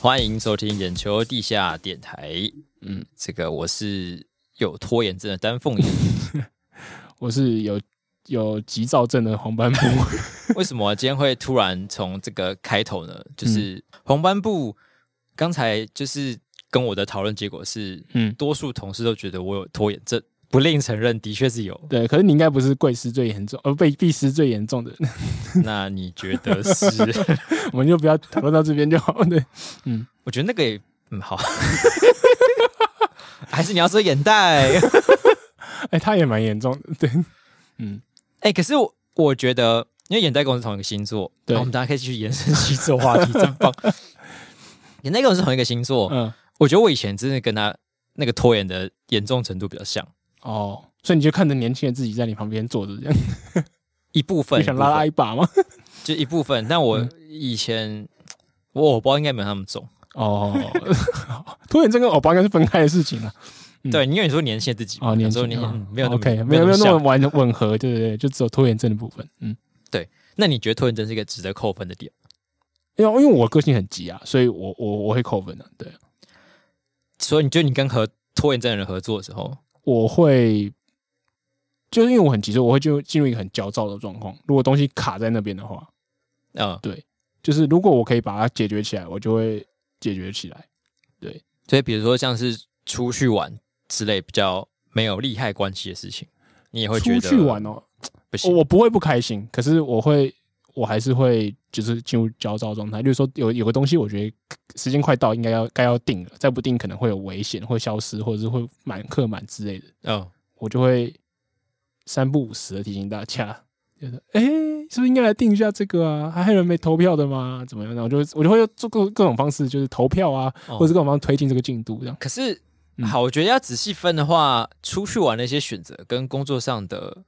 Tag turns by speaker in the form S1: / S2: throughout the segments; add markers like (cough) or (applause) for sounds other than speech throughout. S1: 欢迎收听眼球地下电台。嗯，这个我是有拖延症的丹凤眼，
S2: 我是有有急躁症的黄斑部， (laughs)
S1: 为什么今天会突然从这个开头呢？就是黄斑部刚才就是跟我的讨论结果是，嗯，
S2: 嗯
S1: 多数同事都觉得我有拖延症，不吝承认，的确是有。
S2: 对，可是你应该不是贵师最严重，而呃被必师最严重的， (laughs)
S1: 那你觉得是？
S2: 我们就不要讨论到这边就好。 (laughs) 对，
S1: 我觉得那个也嗯好， (laughs) 还是你要说眼袋？
S2: 哎、他也蛮严重的， (laughs) 对，
S1: 哎、可是我我觉得，因为眼袋跟我是同一个星座，
S2: 对
S1: 然后我们大家可以继续延伸星座话题，真棒。眼袋跟我是同一个星座，
S2: 嗯，
S1: 我觉得我以前真的跟他那个拖延的严重程度比较像，
S2: 哦，所以你就看着年轻的自己在你旁边坐着，这样，
S1: 一部分
S2: 你想拉嗯拉
S1: 一部
S2: 一把吗？
S1: 分就一部分。但我以前我偶包应该没有那么重，
S2: 哦， (laughs) 拖延症跟欧巴应该是分开的事情了。嗯
S1: 对，因为你说年限自己嘛，
S2: 哦，年
S1: 有时候
S2: 轻
S1: 年
S2: 哦
S1: 嗯没有那么
S2: OK，
S1: 没
S2: 没有没
S1: 那
S2: 有那么
S1: 像。
S2: 完吻合，对对对，就只有拖延症的部分，嗯。
S1: 那你觉得拖延症是一个值得扣分的点？
S2: 因为因为我个性很急啊，所以我我我会扣分的、对，
S1: 所以你觉得你跟和拖延症的人合作的时候，
S2: 我会就是因为我很急，所以我会进入进入一个很焦躁的状况。如果东西卡在那边的话，
S1: 嗯，
S2: 就是如果我可以把它解决起来，我就会解决起来。
S1: 所以比如说像是出去玩之类比较没有利害关系的事情，你也会觉
S2: 出
S1: 得
S2: 去玩哦，
S1: 不行。
S2: 我不会不开心，可是我会，我还是会就是进入焦躁状态。就是说有有个东西，我觉得时间快到，应该要该要定了，再不定可能会有危险，会消失，或者是会满客满之类的。
S1: 嗯，
S2: 我就会三不五时的提醒大家，就是哎、诶是不是应该来定一下这个啊？还有人没投票的吗？怎么样？然后我就我就会用做各各种方式，就是投票啊，
S1: 哦
S2: 或者是各种方式推进这个进度这样。
S1: 可是
S2: 嗯
S1: 好，我觉得要仔细分的话，出去玩那些选择跟工作上的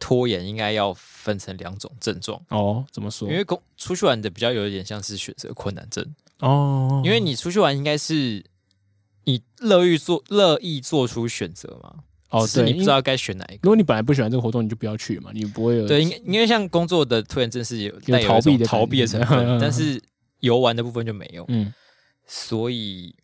S1: 拖延应该要分成两种症状，
S2: 哦，怎么说？
S1: 因为工出去玩的比较有一点像是选择困难症，
S2: 哦，
S1: 因为你出去玩应该是你乐于做乐意做出选择嘛，
S2: 哦
S1: 只是
S2: 对，
S1: 你不知
S2: 因为
S1: 道该选哪一个。
S2: 如果你本来不喜欢这个活动，你就不要去嘛，你不会有
S1: 对，因因为像工作的拖延症是有
S2: 有
S1: 带有一
S2: 逃避
S1: 种
S2: 的
S1: 逃避的成
S2: 感觉
S1: 分，但是游玩的部分就没有，
S2: 嗯
S1: 所以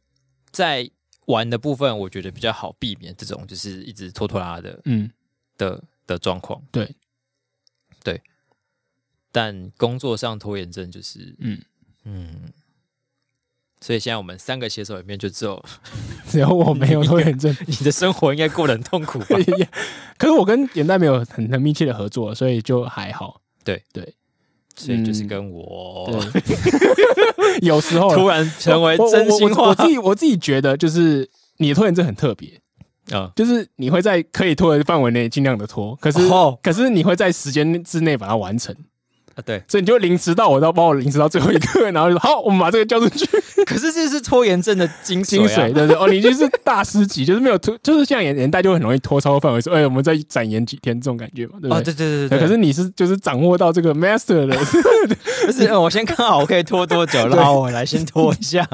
S1: 在玩的部分，我觉得比较好避免这种就是一直拖拖拉拉的
S2: 嗯
S1: 的的状况。
S2: 对
S1: 对，但工作上拖延症就是
S2: 嗯， (laughs)
S1: 嗯，所以现在我们三个写手里面就只有
S2: 只要
S1: (laughs)
S2: 我没有拖延症。
S1: 你的生活应该过得很痛苦
S2: (laughs)
S1: 吧？
S2: 也可是我跟眼袋没有很很密切的合作，所以就还好。
S1: 所以就是
S2: 嗯
S1: 跟我、
S2: 对，有时候啦
S1: (laughs) 突然成为
S2: 我我
S1: 真心
S2: 哦我我
S1: 话
S2: 我自己我自己觉得，就是你的拖延症很特别，
S1: (laughs) 啊，
S2: 就是你会在可以拖的范围内尽量的拖，可是、
S1: 哦
S2: 可是你会在时间之内把它完成，
S1: 啊对。
S2: 所以你就临时到我到把我临时到最后一刻，然后就说好，我们把这个交出
S1: (laughs)
S2: 去。
S1: 可是这是拖延症的精
S2: 精
S1: 髓啊
S2: 髓，！对对哦，你就是大师级， (laughs) 就是没有拖，就是像眼眼袋就很容易拖超过范围，说哎、我们再展延几天这种感觉嘛，对不对？
S1: 哦，对对对
S2: 对
S1: 对，
S2: 可是你是就是掌握到这个 master 的，
S1: 不 (laughs) 是呃我先看好我可以拖多久，然后我来先拖一下。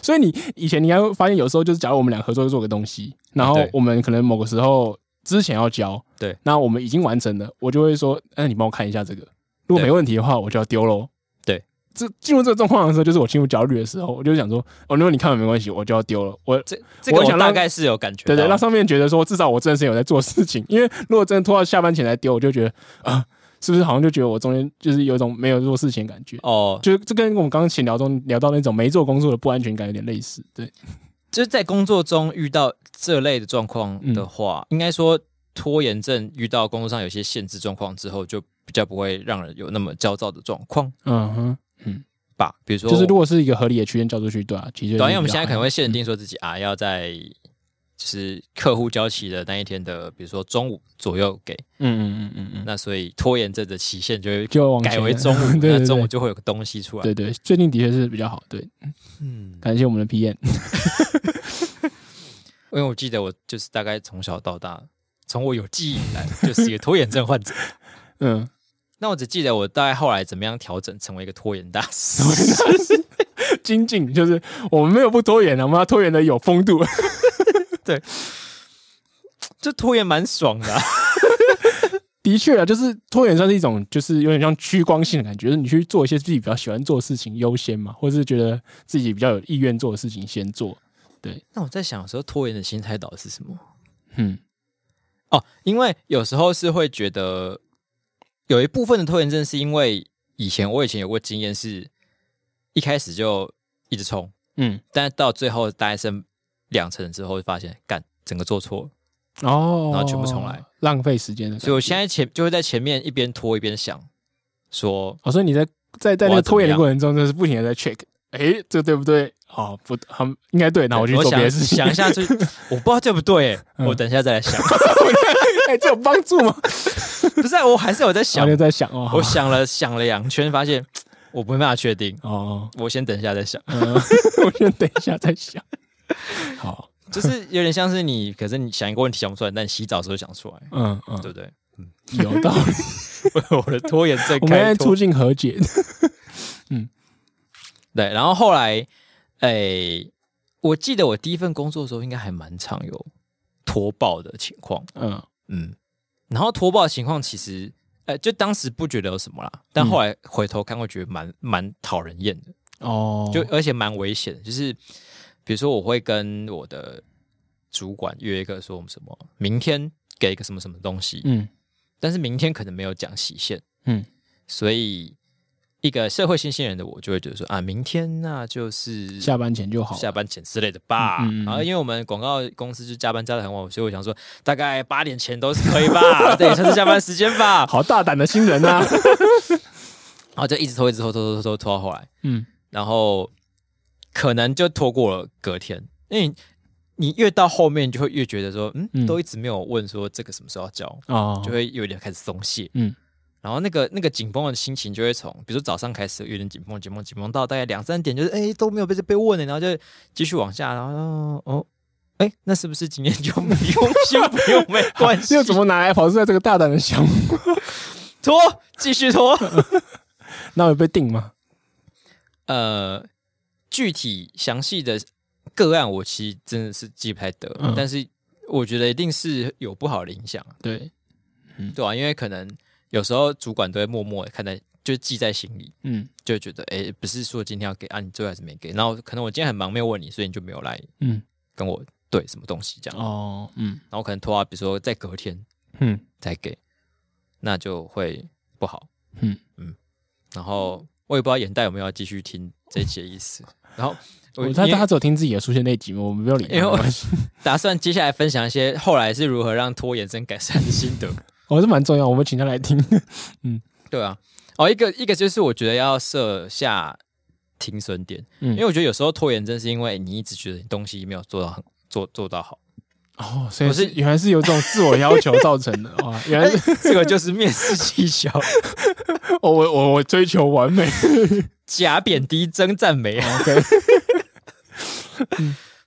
S2: 所以你以前你应该会发现，有时候就是假如我们俩合作做个东西，然后
S1: 对
S2: 我们可能某个时候之前要交，
S1: 对，
S2: 那我们已经完成了，我就会说，那你帮我看一下这个，如果
S1: 对
S2: 没问题的话，我就要丢喽。
S1: 对，
S2: 这进入这个状况的时候，就是我进入焦虑的时候，我就想说，哦，如果你看了没关系，我就要丢了。我
S1: (laughs) 这这个
S2: 我
S1: 我
S2: 想
S1: 大
S2: 让
S1: 概是有感觉到，
S2: 对对，让上面觉得说，至少我真的是有在做事情， (laughs) 因为如果真的拖到下班前才丢，我就觉得啊，是不是好像就觉得我中间就是有一种没有做事情的感觉。
S1: 哦，
S2: 就是这跟我们刚刚闲聊中聊到那种没做工作的不安全感有点类似，对，
S1: 就是在工作中遇到这类的状况的话，应该说拖延症遇到工作上有些限制状况之后，就比较不会让人有那么焦躁的状况
S2: 嗯哼。
S1: 吧。比如说，
S2: 就是如果是一个合理的区间交出去，对啊，其实
S1: 对啊，因为我们现在可能会限定说自己啊要在就是客户交期的那一天的，比如说中午左右给，
S2: 嗯嗯嗯嗯嗯，
S1: 那所以拖延症的期限就会
S2: 就往前
S1: 改为
S2: (laughs)
S1: 中 (laughs) 午，
S2: 对
S1: 那
S2: 对
S1: 中午
S2: 对
S1: 就会有个东西出来。
S2: 对对，最近的确是比较好，对，
S1: 嗯，
S2: 感谢我们的 P N，
S1: 因为我记得我就是大概从小到大，从我有记忆以来就是一个拖延症患者。 (laughs)
S2: 嗯，
S1: 那我只记得我大概后来怎么样调整成为一个拖延大师。
S2: (laughs)
S1: (laughs)
S2: 精进就是我们没有不拖延的，我们要拖延的有风度， (laughs)
S1: 这拖延蛮爽的啊、
S2: 的确啊，就是拖延算是一种，就是有点像趋光性的感觉，就是你去做一些自己比较喜欢做的事情优先嘛，或者是觉得自己比较有意愿做的事情先做。
S1: (laughs) 那我在想，有时候拖延的心态到底是什么？
S2: 嗯，
S1: 哦，因为有时候是会觉得有一部分的拖延症是因为以前我以前有过经验，是一开始就一直冲，
S2: 嗯，
S1: 但是到最后大概剩两成之后，就发现干整个做错了，
S2: 哦，
S1: 然后全部重来，
S2: 浪费时间的感觉。
S1: 所以我现在前就会在前面一边拖一边想说，
S2: 哦，所以你在在在
S1: 我
S2: 那
S1: 要
S2: 个
S1: 怎
S2: 拖
S1: 么
S2: 延的
S1: 样
S2: 过程中，就是不停的在 check，诶，这个对不对？哦，不，他们应该对，那我去做
S1: 想
S2: 别的事情。 (laughs) 嗯
S1: 想一下就，我不知道对不对、欸，我等一下再来想。
S2: 哎、这有帮助吗？
S1: 不是啊、我还是有在 (laughs)
S2: 然
S1: 想
S2: 后，就在想哦，好
S1: 我想了想了两圈，发现我没办法确定，
S2: 哦，
S1: 我先等一下再想。
S2: 嗯， (laughs) 我先等一下再想。好，
S1: 就是有点像是你，可是你想一个问题想不出来，但你洗澡的时候想出来，
S2: 嗯嗯，
S1: 对 (laughs) 不对？
S2: 有道
S1: (laughs)
S2: 理。
S1: 我的拖延症
S2: 我们
S1: 开
S2: 在
S1: 脱
S2: 促。进和解。
S1: 对，然后后来，哎、我记得我第一份工作的时候，应该还蛮常有拖爆的情况，
S2: 嗯
S1: 嗯，然后拖爆的情况其实，呃，就当时不觉得有什么啦，
S2: 嗯
S1: 但后来回头看会觉得蛮蛮讨人厌的，
S2: 哦，
S1: 就而且蛮危险的，就是比如说我会跟我的主管约一个说我们什么明天给一个什么什么东西，
S2: 嗯
S1: 但是明天可能没有讲期限，
S2: 嗯
S1: 所以一个社会新鲜人的我就会觉得说啊，明天那就是
S2: 下班前就好了。
S1: 下班前之类的吧。
S2: 嗯嗯嗯
S1: 然后因为我们广告公司就加班加的很晚，所以我想说大概八点前都是可以
S2: (laughs)
S1: 吧，对，算是下班时间吧。
S2: 好大胆的新人
S1: (laughs)
S2: 呐、啊。
S1: 然后就一直拖，一直拖，拖拖拖拖拖到后来，
S2: 嗯
S1: 然后可能就拖过了隔天，因为你你越到后面就会越觉得说，嗯，
S2: 嗯
S1: 都一直没有问说这个什么时候要交，
S2: 哦，
S1: 就会有点开始松懈。
S2: 嗯
S1: 然后那个那个紧绷的心情就会从，比如说早上开始有点紧绷，紧绷，紧绷到大概两三点，就是哎都没有被被问的，然后就继续往下，然后哦，哎那是不是今天就不用先不用
S2: (laughs)
S1: 没关系
S2: 又，怎么拿来跑出来这个大胆的想法？
S1: 拖继续拖？ (laughs)
S2: 那有被定吗？
S1: 呃，具体详细的个案我其实真的是记不太得，
S2: 嗯
S1: 但是我觉得一定是有不好的影响，
S2: 对，
S1: 对啊，因为可能有时候主管都会默默的看在，就记在心里，
S2: 嗯
S1: 就会觉得，哎、不是说今天要给啊，你最后还是没给。然后可能我今天很忙，没有问你，所以你就没有来
S2: 嗯，
S1: 跟我对什么东西这样。
S2: 哦，嗯
S1: 然后可能拖到比如说在隔天
S2: 嗯
S1: 再给，那就会不好。
S2: 嗯
S1: 嗯，然后我也不知道眼袋有没有要继续听这一期的意思。然后我
S2: 我他
S1: 因为
S2: 他只有听自己的出现那集，我们没有理他。
S1: 因为我
S2: 没关系
S1: 打算接下来分享一些后来是如何让拖延症改善的心得。
S2: 我是哦蛮重要，我们请他
S1: (laughs)
S2: 来听。
S1: 对啊，哦，一个一个就是我觉得要设下停损点，
S2: 嗯
S1: 因为我觉得有时候拖延症是因为你一直觉得你东西没有做到很做做到好，
S2: 哦，所以
S1: 我是哎
S2: 是原来是有这种自我要求造成的哇！原来是
S1: 这 (laughs) 个就是面试技巧，
S2: (laughs) 哦，我我我追求完美
S1: (laughs) 假贬低真赞美，啊
S2: ，OK， (laughs)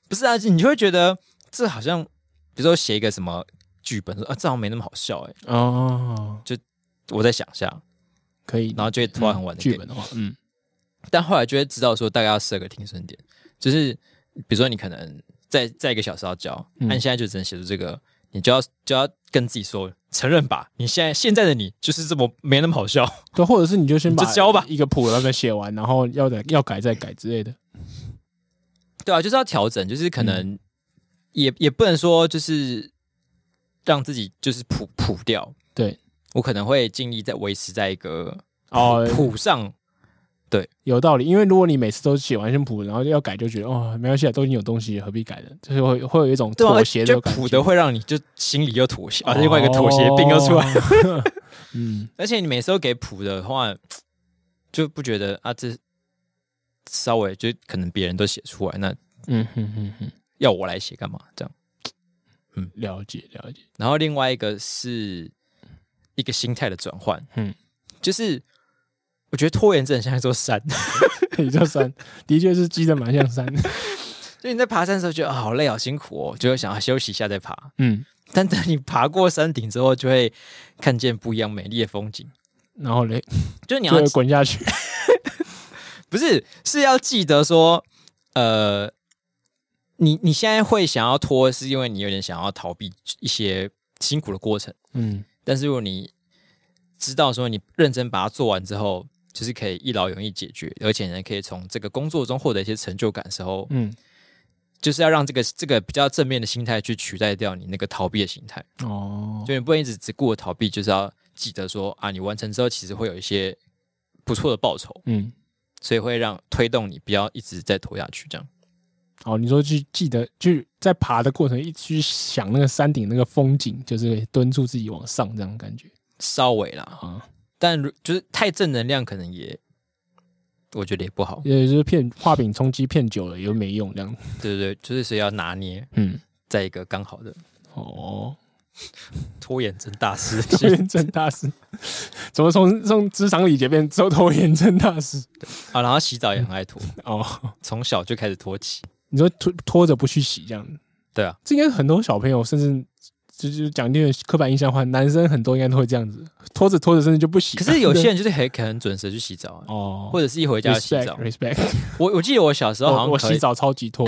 S1: 不是啊？你就会觉得这好像，比如说写一个什么剧本，说啊，这好像没那么好笑哎、
S2: 哦，
S1: 我再想一下，
S2: 可以，
S1: 然后就会拖到很晚的
S2: 剧本的话，嗯
S1: 但后来就会知道说大概要设个停损点，就是比如说你可能再再一个小时要交，那、
S2: 嗯
S1: 你现在就只能写出这个，你就要就要跟自己说承认吧，你现在现在的你就是这么没那么好笑，
S2: 对，或者是你就先
S1: 你
S2: 把
S1: 就交吧
S2: 一个谱那个写完，然后要再要改再改之类的，
S1: 对啊，就是要调整，就是
S2: 嗯
S1: 可能也、也不能说就是让自己就是普普掉，
S2: 对，
S1: 我可能会尽力在维持在一个
S2: 哦，
S1: 普上，
S2: 有道理，因为如果你每次都写完先谱，然后要改就觉得哦没关系啊，都已经有东西了，何必改呢？就是会会有一种
S1: 对啊
S2: 妥协
S1: 就
S2: 的感
S1: 普
S2: 觉哦
S1: 的，会让你就心里又妥协，啊，另外一个妥协病又出来， (laughs)
S2: 来， (laughs) 嗯，
S1: 而且你每次都给谱的话，就不觉得啊，这稍微就可能别人都写出来，那
S2: 嗯哼哼哼，
S1: 要我来写干嘛？这样。
S2: 了解了解， (laughs)
S1: 然后另外一个是一个心态的转换，嗯
S2: 嗯，
S1: 就是我觉得拖延症很像一座山， (laughs)
S2: 你这山的确是积的 (laughs) 蛮像山，
S1: 就你在爬山的时候觉得、啊好累好辛苦哦，就会想要休息一下再爬。
S2: 嗯，
S1: 但等你爬过山顶之后，就会看见不一样美丽的风景。
S2: 然后嘞
S1: 就是你
S2: 就
S1: 要
S2: 会滚下去，
S1: 不是是要记得说，呃，你你现在会想要拖，是因为你有点想要逃避一些辛苦的过程。
S2: 嗯。
S1: 但是如果你知道说你认真把它做完之后，就是可以一劳永逸解决，而且呢，可以从这个工作中获得一些成就感的时候，
S2: 嗯，
S1: 就是要让这个这个比较正面的心态去取代掉你那个逃避的心态。
S2: 哦，
S1: 就你不能一直只顾着逃避，就是要记得说啊，你完成之后其实会有一些不错的报酬，
S2: 嗯，
S1: 所以会让推动你不要一直在拖下去这样。
S2: 哦，你说去记得，去在爬的过程一直去想那个山顶那个风景，就是敦促自己往上这样的感觉
S1: 稍微啦，
S2: 啊，
S1: 但如就是太正能量可能也，我觉得也不好。
S2: 也就是骗画饼充饥骗久了也没用这样，
S1: 对对对，就是所以要拿捏
S2: 嗯，
S1: 在一个刚好的
S2: 哦， (laughs)
S1: 拖延症大 (laughs) 师。
S2: 拖延症大师，怎么从从职场礼节变成拖延症大师？
S1: 啊，然后洗澡也很爱拖，
S2: 哦，
S1: 从小就开始拖 (laughs) 起。
S2: 你说拖拖着不去洗这样子，
S1: 对啊，
S2: 这应该很多小朋友甚至。就就讲那个刻板印象的话，男生很多应该都会这样子，拖着拖着甚至就不洗。
S1: 可是有些人就是很很准时去洗澡 (laughs) 啊，
S2: 哦，
S1: 或者是一回家就洗澡。
S2: respect，respect。
S1: 我我记得我小时候好
S2: 我
S1: 像
S2: 我
S1: 可以
S2: 洗，澡超级
S1: (laughs)
S2: 拖，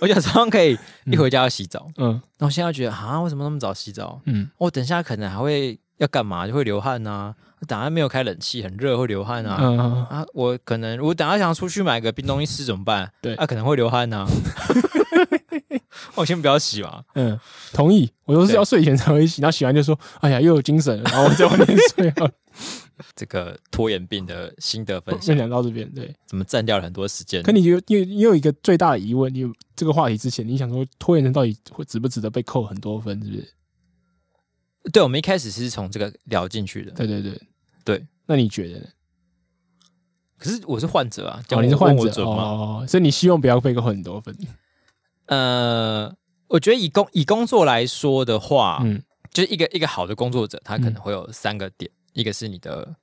S1: 我小时候好像可以一回家就洗澡。
S2: 嗯
S1: 然后现在觉得啊，为什么那么早洗澡？
S2: 嗯，
S1: 我、等一下可能还会要干嘛，就会流汗呐、等下没有开冷气，很热会流汗啊。
S2: 嗯，
S1: 啊，我可能我等下想出去买个冰东西吃怎么办？
S2: 对
S1: 啊，可能会流汗 (laughs) 呐、我先不要洗嘛。
S2: 嗯，同意。我都是要睡前才会洗，然后洗完就说：“哎呀，又有精神了。”然后我在外面
S1: (laughs)
S2: 睡好 (laughs) 了。
S1: 这个拖延病的心得分享
S2: 分，享到这边，对。
S1: 怎么占掉了很多时间
S2: 可？你有你你有一个最大的疑问，你有这个话题之前，你想说拖延症到底会值不值得被扣很多分，是不是？
S1: 对，我们一开始是从这个聊进去的。
S2: 对对对
S1: 对。
S2: 那你觉得呢？
S1: 可是我是患者啊，这
S2: 哦，
S1: 样
S2: 你是
S1: 我问
S2: 患
S1: 我
S2: 者
S1: 准吗？
S2: 哦，所以你希望不要被扣很多分。
S1: 呃，我觉得以工以工作来说的话，
S2: 嗯
S1: 就是一个一个好的工作者，他可
S2: 嗯
S1: 能会有三个点，一个是你的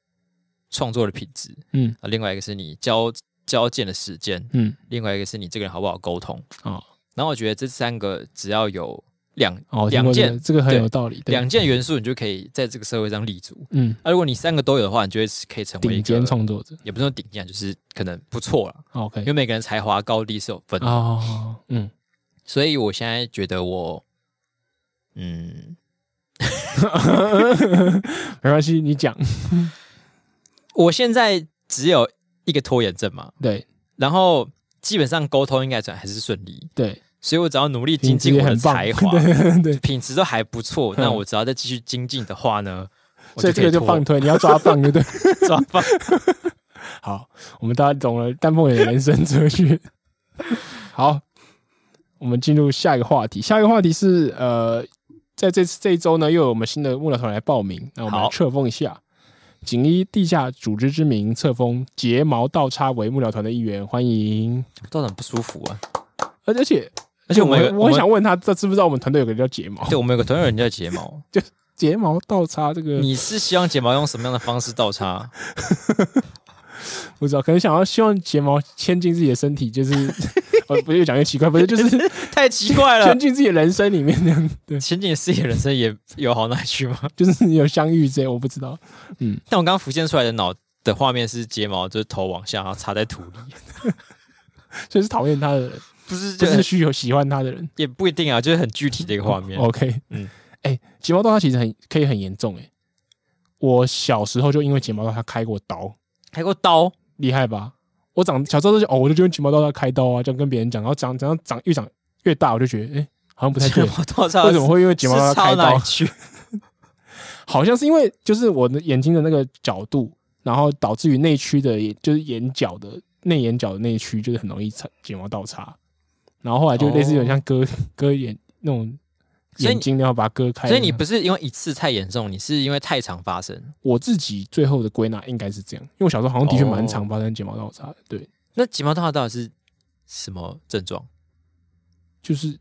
S1: 创作的品质，
S2: 嗯
S1: 啊，另外一个是你交交件的时间，
S2: 嗯，
S1: 另外一个是你这个人好不好沟通。
S2: 哦
S1: 然后我觉得这三个只要有两
S2: 哦，我听
S1: 两
S2: 过这个
S1: 件
S2: 这个很
S1: 对
S2: 有道理。对
S1: 两件元素，你就可以在这个社会上立足。
S2: 嗯，
S1: 啊，如果你三个都有的话，你就会可以成为一
S2: 顶尖
S1: 个，
S2: 创作者。哦
S1: 也不是说顶尖，啊就是可能不错了。因
S2: OK
S1: 为每个人才华高低是有分的，
S2: 哦，嗯，
S1: 所以我现在觉得我，嗯，
S2: 没关系，你讲。
S1: 我现在只有一个拖延症嘛，
S2: 对
S1: 然后基本上沟通应该转还是顺利，
S2: 对，
S1: 所以我只要努力精
S2: 品质
S1: 进
S2: 也
S1: 我的
S2: 很棒， (laughs)
S1: 才华，
S2: 对对。
S1: 品质都还不错，那
S2: 嗯
S1: 我只要再继续精进的话呢，我
S2: 所以这
S1: 可
S2: 个
S1: 以
S2: 就
S1: 拖
S2: 放推，你要抓放就对。
S1: 抓放。
S2: 好，我们大家懂了丹凤眼的人生哲 (laughs) 学。好，我们进入下一个话题。下一个话题是呃，在这次这一周呢，又有我们新的幕僚团来报名，那我们来
S1: 好
S2: 册封一下。仅以地下组织之名册封睫毛倒插为幕僚团的一员，欢迎。
S1: 到底很不舒服啊！
S2: 而而且
S1: 而且我
S2: 我
S1: 们有
S2: 很
S1: 个
S2: 我很，
S1: 们
S2: 想问他，这知不知道我们团队有个人叫睫毛？
S1: 对我们有个同友人叫睫毛，
S2: (laughs) 睫毛倒插这个
S1: 你是希望睫毛用什么样的方式倒插？ (laughs)
S2: 不知道，可能想要希望睫毛牵进自己的身体，就是 (laughs) 我不是越讲越奇怪，不是就是 (laughs)
S1: 太奇怪了
S2: 牵，进自己的人生里面这样，对，
S1: 前景事业人生也有好哪里去吗？
S2: (laughs) 就是有相遇这些，我不知道。
S1: 但我刚刚浮现出来的脑的画面是睫毛，就是头往下，然后插在土里，
S2: 所以是讨厌他的人，
S1: 不是
S2: (laughs) 不
S1: 就是
S2: 需有喜欢他的人。
S1: 也不一定啊，就是很具体的一个画面。
S2: OK，嗯
S1: 嗯，
S2: 哎、睫毛刀它其实很可以很严重哎、我小时候就因为睫毛刀它开过刀，
S1: 还有个刀，
S2: 厉害吧？我长小时候就哦，我就觉得睫毛刀它开刀啊，这样跟别人讲，然后长长长越长越大，我就觉得哎、好像不太
S1: 睫 (laughs)
S2: 对，
S1: 毛倒插
S2: (laughs) 为什么会因为睫毛刀
S1: 是
S2: 它
S1: 插
S2: 开
S1: 到哪
S2: 刀
S1: 里？去？
S2: (laughs) 好像是因为就是我的眼睛的那个角度，然后导致于内区的，也就是眼角的内眼角的内区，就是很容易擦睫毛倒插。然后后来就类似有点像割、 (laughs) 割眼那种
S1: 所以
S2: 眼
S1: 你
S2: 睛，然后把它割开。
S1: 所以你不是因为一次太严重，你是因为太常发生。
S2: 我自己最后的归纳应该是这样，因为我小时候好像的确蛮常发生睫毛倒插的，对，
S1: 那睫毛倒插到底是什么症状？
S2: 就是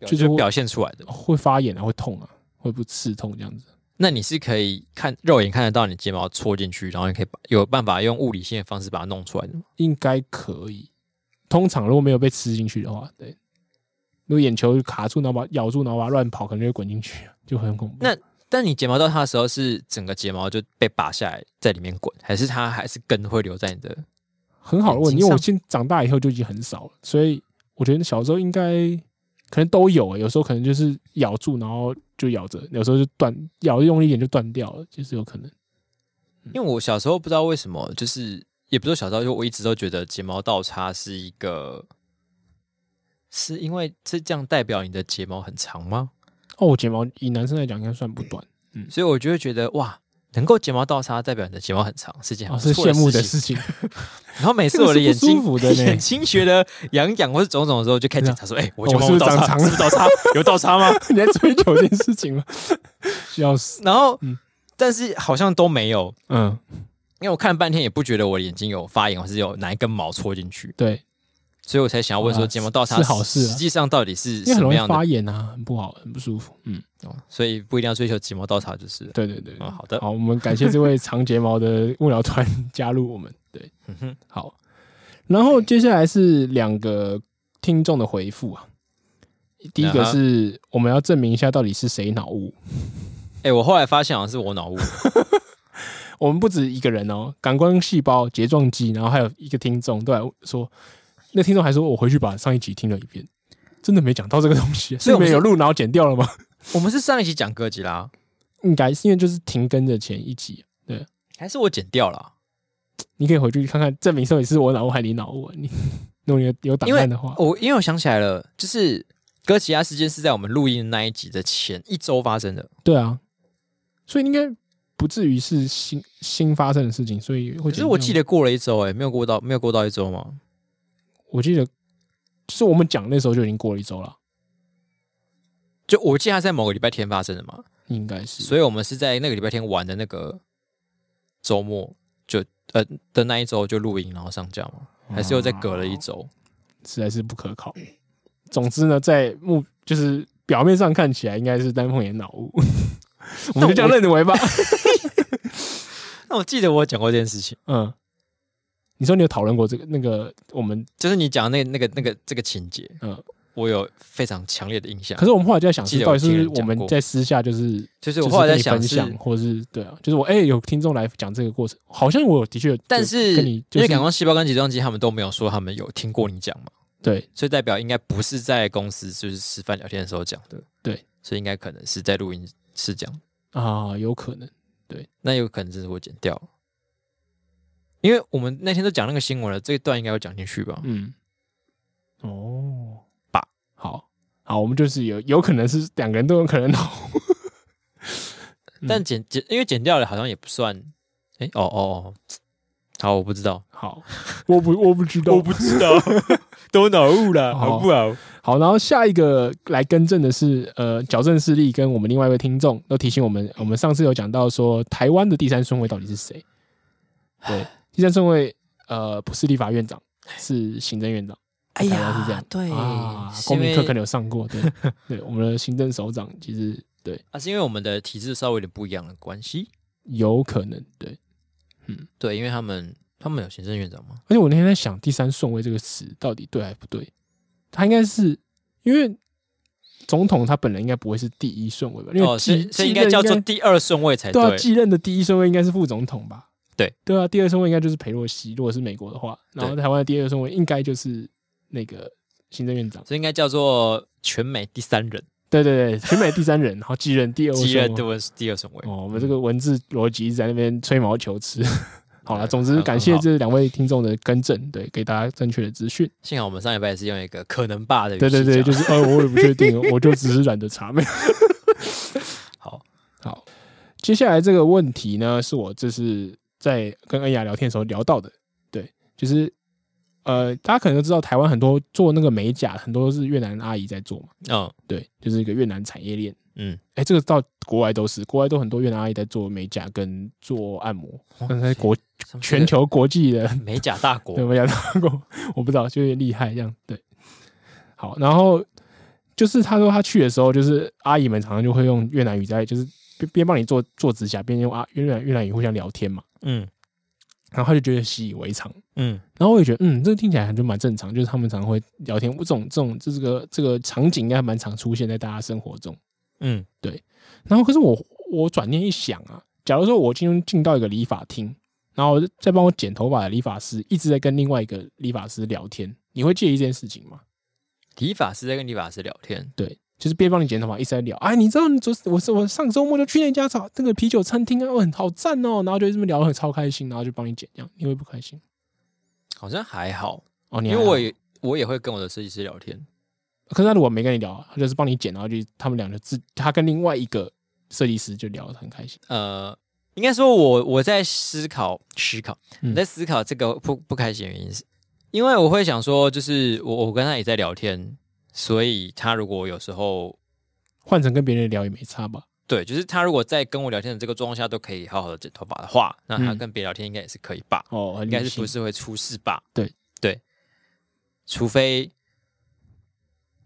S1: 就
S2: 就是
S1: 是
S2: 我
S1: 表现出来的。
S2: 会发炎啊，会痛啊，会不刺痛这样子。
S1: 那你是可以看肉眼看得到你睫毛戳进去，然后你可以把有办法用物理性的方式把它弄出来的吗？
S2: 应该可以。通常如果没有被吃进去的话，对，如果眼球卡住，然后把咬住，然后把它乱跑，可能就会滚进去， (laughs) 就很恐怖。
S1: 那但你睫毛倒插的时候，是整个睫毛就被拔下来在里面滚，还是它还是根会留在你的？
S2: 很好的问题，
S1: 眼睛
S2: 因为我
S1: 上
S2: 现长大以后就已经很少了，所以我觉得小时候应该可能都有、欸，有时候可能就是咬住，然后就咬着，有时候就断，咬得用力一点就断掉了，就是有可能。
S1: 因为我小时候不知道为什么，就是也不是说小时候，就我一直都觉得睫毛倒插是一个，是因为是这样代表你的睫毛很长吗？
S2: 哦，睫毛以男生来讲应该算不短，
S1: 所以我就会觉得哇，能够睫毛倒插代表你的睫毛很长是一件很
S2: 哦，
S1: 不
S2: 是
S1: 嗯错
S2: 羡慕的
S1: 的
S2: 事
S1: 事情。
S2: 情。
S1: (laughs)
S2: (laughs)
S1: 然后每次
S2: 这个
S1: 我的
S2: 是
S1: 眼
S2: 不舒
S1: 睛
S2: 服的
S1: (laughs)
S2: 呢
S1: 眼睛觉得痒痒或是肿肿的时候，就开始检查说，哎、我
S2: 哦
S1: 睫
S2: 我
S1: 毛
S2: 是不是
S1: 倒插
S2: 长长
S1: 是不是倒插有倒插吗？
S2: 你在追求这件事
S1: (laughs)
S2: 情吗？笑死，
S1: 然后，
S2: (laughs) 嗯
S1: 但是好像都没有，
S2: 嗯，
S1: 因为我看了半天也不觉得我的眼睛有发炎，或是有哪一根毛戳进去，
S2: 对，
S1: 所以我才想要问
S2: 好
S1: 说，
S2: 啦
S1: 睫毛倒插
S2: 是好事啊
S1: 实际上到底是
S2: 因为
S1: 什
S2: 很容
S1: 么
S2: 易
S1: 样的？
S2: 发炎啊，很不好，很不舒服。嗯，
S1: 哦所以不一定要追求睫毛倒插，就是了
S2: 对对对。
S1: 嗯，好的，
S2: 好，我们感谢这位长睫毛的幕僚团加入我们。对，
S1: 嗯哼，
S2: 好。然后接下来是两个听众的回复啊。第一个
S1: 啊哈
S2: 是我们要证明一下到底是谁脑雾。
S1: 哎、我后来发现好像是我
S2: (laughs)
S1: 脑雾，
S2: 我们不止一个人哦，感官细胞、睫状肌，然后还有一个听众都来说，那听众还说我回去把上一集听了一遍，真的没讲到这个东
S1: 所以
S2: 西，是
S1: 我
S2: 没
S1: 们是
S2: 有录然后剪掉了吗？
S1: 我们是上一集讲哥吉拉，
S2: 应该是因为就是停更的前一集，啊
S1: 还是我剪掉了啊？
S2: 你可以回去看看，证明到底是我脑雾还是你脑雾。你 (laughs) 如果你有有档
S1: 因为
S2: 案的话，
S1: 我哦因为我想起来了，就是哥吉拉事件是在我们录音那一集的前一周发生的，
S2: 对啊，所以应该不至于是新新发生的事情，所以会
S1: 可
S2: 剪
S1: 是我
S2: 掉
S1: 记
S2: 吗，
S1: 得过了一周，哎，没有过到没有过到一周吗？
S2: 我记得就是我们讲那时候就已经过了一周了，
S1: 就我记得它是在某个礼拜天发生的嘛，
S2: 应该是
S1: 所以我们是在那个礼拜天玩的那个周末就呃的那一周就录音，然后上架嘛，还是又再隔了一周？
S2: 实在是不可靠。总之呢，在目就是表面上看起来应该是丹凤眼脑雾， (laughs) 我们就这样认为吧。
S1: 那我记得我有讲过这件事情，
S2: (laughs) 嗯，你说你有讨论过这个那个我们，
S1: 就是你讲的那那个那个这个情节，
S2: 嗯
S1: 嗯，我有非常强烈的印象
S2: 可。是我们后来就在想，是
S1: 记得
S2: 到
S1: 有
S2: 底是
S1: 听人
S2: 我
S1: 讲
S2: 们
S1: 过
S2: 在私下就是
S1: 就是
S2: 就
S1: 我
S2: 是
S1: 后来
S2: 跟
S1: 在
S2: 你
S1: 想
S2: 分
S1: 是，
S2: 享，或是对啊，就是我哎、有听众来讲这个过程，好像我有的确有，
S1: 但是
S2: 跟你
S1: 因
S2: 就
S1: 为
S2: 是
S1: 感光细胞跟睫状肌他们都没有说他们有听过你讲嘛，
S2: 对
S1: 所以代表应该不是在公司就是吃饭聊天的时候讲的，
S2: 对，
S1: 所以应该可能是在录音室讲的，
S2: 啊，有可能
S1: 那有可能真是我剪掉了。因为我们那天都讲那个新闻了，这一段应该要讲进去吧？
S2: 嗯，哦，
S1: 吧，
S2: 好好，我们就是有有可能是两个人都有可能哦脑嗯
S1: 但剪剪，因为剪掉了好像也不算，哎、哦哦哦，好，我不知道，
S2: 好，我不我不知道，
S1: 知道， (laughs) 都脑雾了
S2: 好不
S1: 好？
S2: 好，然后下一个来更正的是，呃，矫正视力跟我们另外一位听众都提醒我们，我们上次有讲到说台湾的第三顺位到底是谁？对，第三顺位呃不是立法院长，是行政院长。
S1: 哎
S2: 台湾
S1: 呀，
S2: 是这样
S1: 对，
S2: 啊，
S1: 是
S2: 公
S1: 因
S2: 民课
S1: 为
S2: 可能有上过，对对，我们的行政首长其实对
S1: 啊，是因为我们的体制稍微有点不一样的关系。
S2: 有可能对，
S1: 对，因为他们他们有行政院长吗？
S2: 而且我那天在想第三顺位这个词到底对还不对，他应该是因为总统他本人应该不会是第一顺位吧？因为
S1: 哦，
S2: 继
S1: 是所以
S2: 继
S1: 应该
S2: 任
S1: 叫做第二顺位才
S2: 对啊，
S1: 对。
S2: 继任的第一顺位应该是副总统吧？
S1: 对
S2: 对啊，第二顺位应该就是裴洛西，如果是美国的话，然后
S1: 对
S2: 台湾的第二顺位应该就是那个行政院长。
S1: 所以应该叫做全美第三人，
S2: 对对对，全美第三人，然后继任第二顺位
S1: 继任对是第二顺位。
S2: 哦，我们这个文字逻辑一直在那边吹毛求疵。好了，
S1: 对
S2: 总之
S1: 很
S2: 感谢
S1: 哎很好
S2: 这两位听众的更正，对，给大家正确的资讯。
S1: 幸好我们上礼拜也是用一个可能吧的语
S2: 对对
S1: 气
S2: 对，
S1: 讲
S2: 就是呃，我也不确定，我就只是懒得查。没有
S1: (laughs) 好，
S2: 好，接下来这个问题呢，是我这是在跟恩雅聊天的时候聊到的。对，就是呃，大家可能都知道，台湾很多做那个美甲，很多是越南阿姨在做嘛。
S1: 嗯
S2: 对，就是一个越南产业链。
S1: 嗯，
S2: 哎、这个到国外都是，国外都很多越南阿姨在做美甲跟做按摩，但是在国
S1: 上次
S2: 全 (laughs) 球国际的
S1: 美甲大
S2: 对，
S1: 国，
S2: 我讲到过，我不知道，就有点厉害这样。对，好，然后就是他说他去的时候，就是阿姨们常常就会用越南语在，就是边边帮你做做指甲，边用啊越南越南语互相聊天嘛，
S1: 嗯
S2: 然后他就觉得习以为常。
S1: 嗯，
S2: 然后我也觉得，嗯，这个听起来还就蛮正常，就是他们常常会聊天，这种这种这个这个场景应该还蛮常出现在大家生活中。
S1: 嗯
S2: 然后可是我我转念一想啊，假如说我今天进到一个理发厅，然后在帮我剪头发的理发师一直在跟另外一个理发师聊天，你会介意这件事情吗？
S1: 理发师在跟理发师聊天，
S2: 对，就是边帮你剪头发，一直在聊。哎，你知道你昨我是我上周末就去那家找那个啤酒餐厅啊，哇，好赞哦！然后就这么聊得很超开心，然后就帮你剪，这样你会不开心？
S1: 好像还好，
S2: 哦，你
S1: 因为
S2: 还好
S1: 我也我也会跟我的设计师聊天，
S2: 可是他如果没跟你聊，他就是帮你剪，然后就他们两个自他跟另外一个设计师就聊得很开心。
S1: 呃，应该说我我在思考思考，
S2: 嗯
S1: 我在思考这个不不开心的原因是，因为我会想说，就是我我跟他也在聊天，所以他如果有时候
S2: 换成跟别人聊也没差吧？
S1: 对，就是他如果在跟我聊天的这个状况下都可以好好的剪头发的话，那他
S2: 嗯
S1: 跟别人聊天应该也是可以吧？
S2: 哦，很
S1: 应该是不是会出事吧？
S2: 对
S1: 对，除非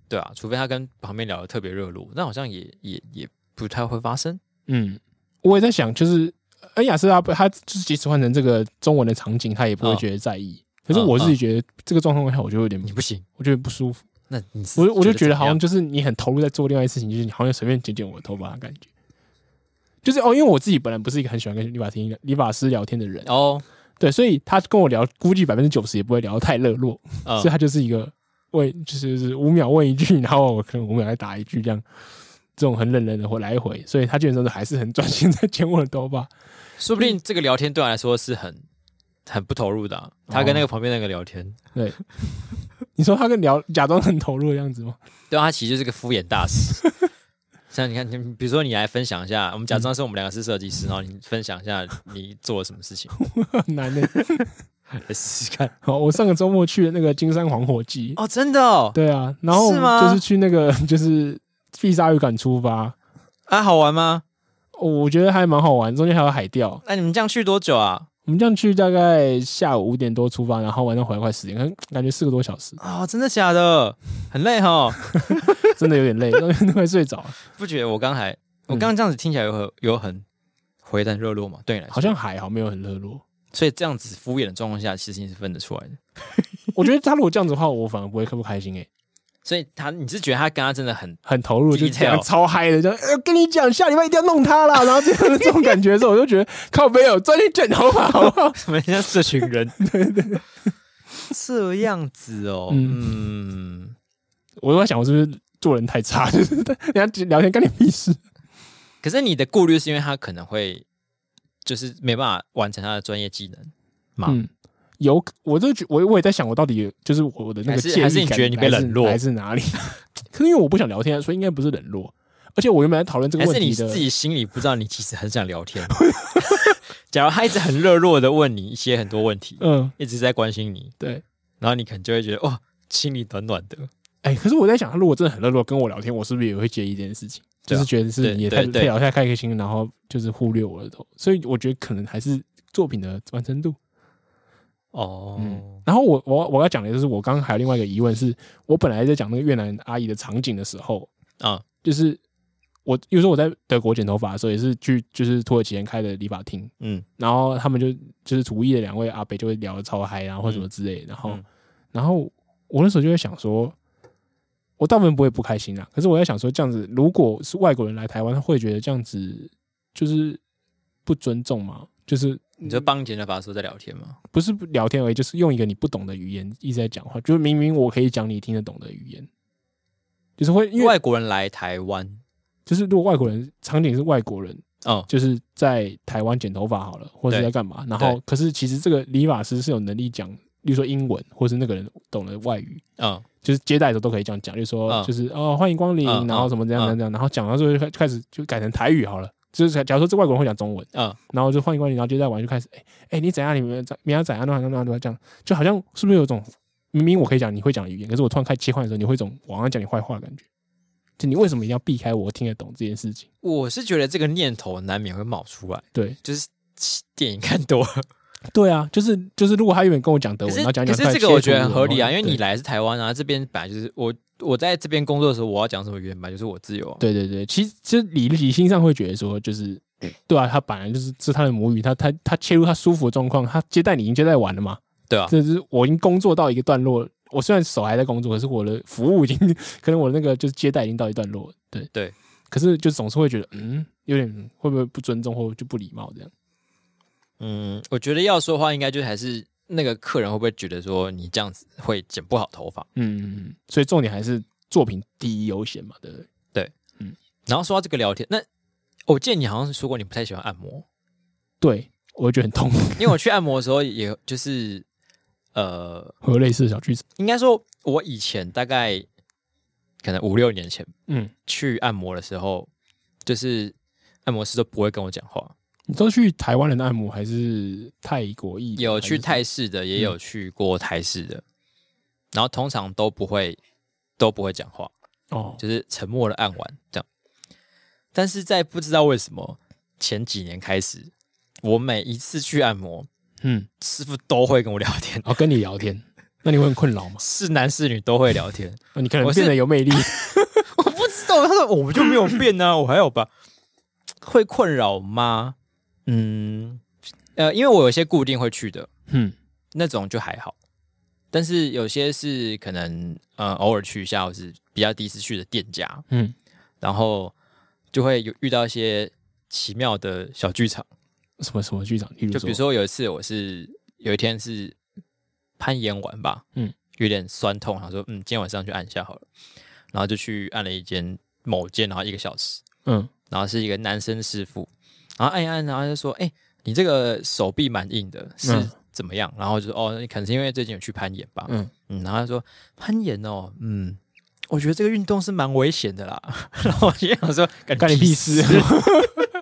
S1: 对啊，除非他跟旁边聊的特别热络，那好像也也也不太会发生。
S2: 嗯，我也在想，就是恩雅斯他他就是即使换成这个中文的场景，他也不会
S1: 嗯
S2: 觉得在意。可是我自己觉得这个状况下，我就有点
S1: 你不行，
S2: 我觉得不舒服。
S1: 那你是
S2: 我我就觉
S1: 嗯怎
S2: 得
S1: 么
S2: 好
S1: 样
S2: 像就是你很投入在做另外一件事情，就是你好像随便剪剪我的头发的感觉。就是哦，因为我自己本来不是一个很喜欢跟理发厅理发师聊天的人，
S1: 哦，
S2: 对，所以他跟我聊，估计百分之九十也不会聊得太热络，
S1: 嗯
S2: 所以他就是一个问，就是就是五秒问一句，然后我可能五秒再答一句这样，这种很冷冷的回来回，所以他基本上都还是很专心在 (laughs) 剪我的头发。
S1: 说不定这个聊天对我来说是很很不投入的啊、他
S2: 哦
S1: 跟那个旁边那个聊天，
S2: 对，你说他跟聊假装很投入的样子吗？ (laughs)
S1: 对啊，他其实就是个敷衍大师。像你看，你比如说你来分享一下，我们假装是我们两个是设计师，然后你分享一下你做了什么事
S2: (laughs)
S1: 情，
S2: 很难的。
S1: 来试试看。
S2: 好，我上个周末去那个金山黄火鸡，
S1: 哦，真的哦，
S2: 对啊，然后
S1: 是吗
S2: 就是去那个 (laughs) 就是碧沙渔港出发，
S1: 啊，好玩吗？
S2: 哦我觉得还蛮好玩，中间还有海钓。
S1: 那、你们这样去多久啊？
S2: 我们这样去大概下午五点多出发，然后晚上回来快十点，感感觉四个多小时，
S1: 哦，真的假的？很累哈，
S2: 真的有点累， (laughs) 都快睡着了。
S1: 不觉得我刚才
S2: 嗯
S1: 我刚刚这样子听起来有很有很回弹热络嘛？对你来说
S2: 好像还好，没有很热络。
S1: 所以这样子敷衍的状况下，其实你是分得出来的。
S2: 我觉得他如果这样子的话，我反而不会开不开心诶、欸
S1: 所以他，你是觉得他跟他真的 (laughs) 很
S2: 很投入，就
S1: Detail
S2: 这样超嗨的，这样、呃、跟你讲，下礼拜一定要弄他啦。然后这样的这种感觉的时候，我就觉得靠没有专心卷头发好不好？ (laughs)
S1: 什么像这群人，对对，这样子哦，嗯，
S2: 我就在想，我是不是做人太差？就是人家聊天干你屁事？
S1: 可是你的顾虑是因为他可能会就是没办法完成他的专业技能嘛？
S2: 嗯，有，我就觉我我也在想，我到底就是我的那
S1: 还
S2: 个
S1: 是
S2: 介意感
S1: 还是你觉得你被冷落
S2: 来自哪里？ (laughs) 可是因为我不想聊天，啊所以应该不是冷落。而且我原本在讨论这个
S1: 还
S2: 问
S1: 是
S2: 题
S1: 你
S2: 的，
S1: 自己心里不知道，你其实很想聊
S2: (laughs)
S1: 天。假如他一直很热络的问你一些很多问题，
S2: 嗯，
S1: 一直在关心你，
S2: 对，
S1: 然后你可能就会觉得哦，心里暖暖的。
S2: 哎、可是我在想，他如果真的很热络跟我聊天，我是不是也会介意这件事情？
S1: 对啊
S2: 就是觉得是
S1: 对
S2: 你也
S1: 对
S2: 太
S1: 对
S2: 太聊太开心，然后就是忽略我的头，所以我觉得可能还是作品的完成度。
S1: 哦，
S2: 嗯，然后我我我要讲的就是，我刚刚还有另外一个疑问是，我本来在讲那个越南阿姨的场景的时候，
S1: 啊，
S2: 就是我有时候我在德国剪头发的时候，也是去就是土耳其人开的理发厅，
S1: 嗯，
S2: 然后他们就就是厨艺的两位阿伯就会聊得超嗨，然后或什么之类的，然后、
S1: 嗯
S2: 然后我那时候就会想说，我大部分不会不开心啦，啊可是我在想说，这样子如果是外国人来台湾，他会觉得这样子就是不尊重吗？就是
S1: 你就帮剪头发的时候在聊天吗？
S2: 不是不聊天而已，就是用一个你不懂的语言一直在讲话，就是明明我可以讲你听得懂的语言，就是会因为
S1: 外国人来台湾，
S2: 就是如果外国人场景是外国人，
S1: 哦，
S2: 就是在台湾剪头发好了，或者是
S1: 对
S2: 在干嘛？然后，可是其实这个理发师是有能力讲，例如说英文，或是那个人懂得外语，
S1: 嗯，
S2: 就是接待的时候都可以这样讲，就是说
S1: 嗯
S2: 就是哦欢迎光临
S1: 嗯，
S2: 然
S1: 嗯
S2: 后什么这样
S1: 嗯
S2: 这样这样，然后讲到最后就开开始就改成台语好了。就是假如说这外国人会讲中文，
S1: 嗯，
S2: 然后就欢迎光临，然后接待完就开始，哎、哎、你怎样？你们怎明天怎样？那那那那这样，就好像是不是有种明明我可以讲你会讲的语言，可是我突然开切换的时候，你会一种我好像讲你坏话的感觉。就你为什么一定要避开我听得懂这件事情？
S1: 我是觉得这个念头难免会冒出来，
S2: 对，
S1: 就是电影看多
S2: (laughs)
S1: 了。
S2: 对啊，就是就是，如果他原本跟我讲德
S1: 可
S2: 文，
S1: 是
S2: 然后讲
S1: 可是
S2: 讲，
S1: 这个我觉得很合理啊，因为你
S2: 来，
S1: 来是台湾啊，这边本来就是我我在这边工作的时候，我要讲什么语言本来就是我自由啊。
S2: 对对对，其实其实理理性上会觉得说，就是
S1: 嗯
S2: 对啊，他本来就是是他的母语，他他他切入他舒服的状况，他接待你已经接待完了嘛，
S1: 对啊，
S2: 这就是我已经工作到一个段落，我虽然手还在工作，可是我的服务已经可能我的那个就是接待已经到一段落了，对
S1: 对，
S2: 可是就总是会觉得嗯，有点会不会不尊重或就不礼貌这样。
S1: 嗯，我觉得要说话应该就还是那个客人会不会觉得说你这样子会剪不好头发？嗯
S2: 嗯，所以重点还是作品第一优先嘛，对不对？
S1: 然后说到这个聊天，那我记得你好像说过你不太喜欢按摩，
S2: 对我会觉得很痛 (laughs) 苦，
S1: 因为我去按摩的时候，也就是呃，
S2: 会有类似的小剧场。
S1: 应该说我以前大概可能五六年前
S2: 嗯，
S1: 去按摩的时候，就是按摩师都不会跟我讲话，
S2: 你都去台湾人的按摩还是泰国裔的？
S1: 有
S2: 还
S1: 去
S2: 是什么
S1: 泰式的，也有去过台式的，然后通常都不会都不会讲话，
S2: 哦，
S1: 就是沉默的按完这样。但是在不知道为什么前几年开始，我每一次去按摩，
S2: 嗯，哦
S1: 师傅都会跟我聊天，
S2: 然后跟你聊
S1: (laughs)
S2: 天，那你会很困扰吗？
S1: 是男是女都会聊天。
S2: 哦你可能
S1: 我是
S2: 变得有魅力，
S1: (laughs) 我不知道，他说我们就没有变啊，我还有吧？会困扰吗？嗯，呃，因为我有些固定会去的
S2: 嗯，
S1: 那种就还好，但是有些是可能呃偶尔去一下，或是比较第一次去的店家，
S2: 嗯，
S1: 然后就会有遇到一些奇妙的小剧场。
S2: 什么什么剧场，例如
S1: 就比如说有一次，我是有一天是攀岩完吧，
S2: 嗯，
S1: 有点酸痛，想说嗯，今天晚上去按一下好了，然后就去按了一间某间，然后一个小时，
S2: 嗯，
S1: 然后是一个男生师傅，然后按一按，然后就说，哎、你这个手臂蛮硬的，是
S2: 嗯
S1: 怎么样？然后就说，哦，你可能是因为最近有去攀岩吧，
S2: 嗯
S1: 嗯然后他说攀岩哦，嗯。我觉得这个运动是蛮危险的啦， (laughs) 然后我就想
S2: (laughs)
S1: 说，干
S2: 干你屁事！
S1: 哎
S2: (laughs)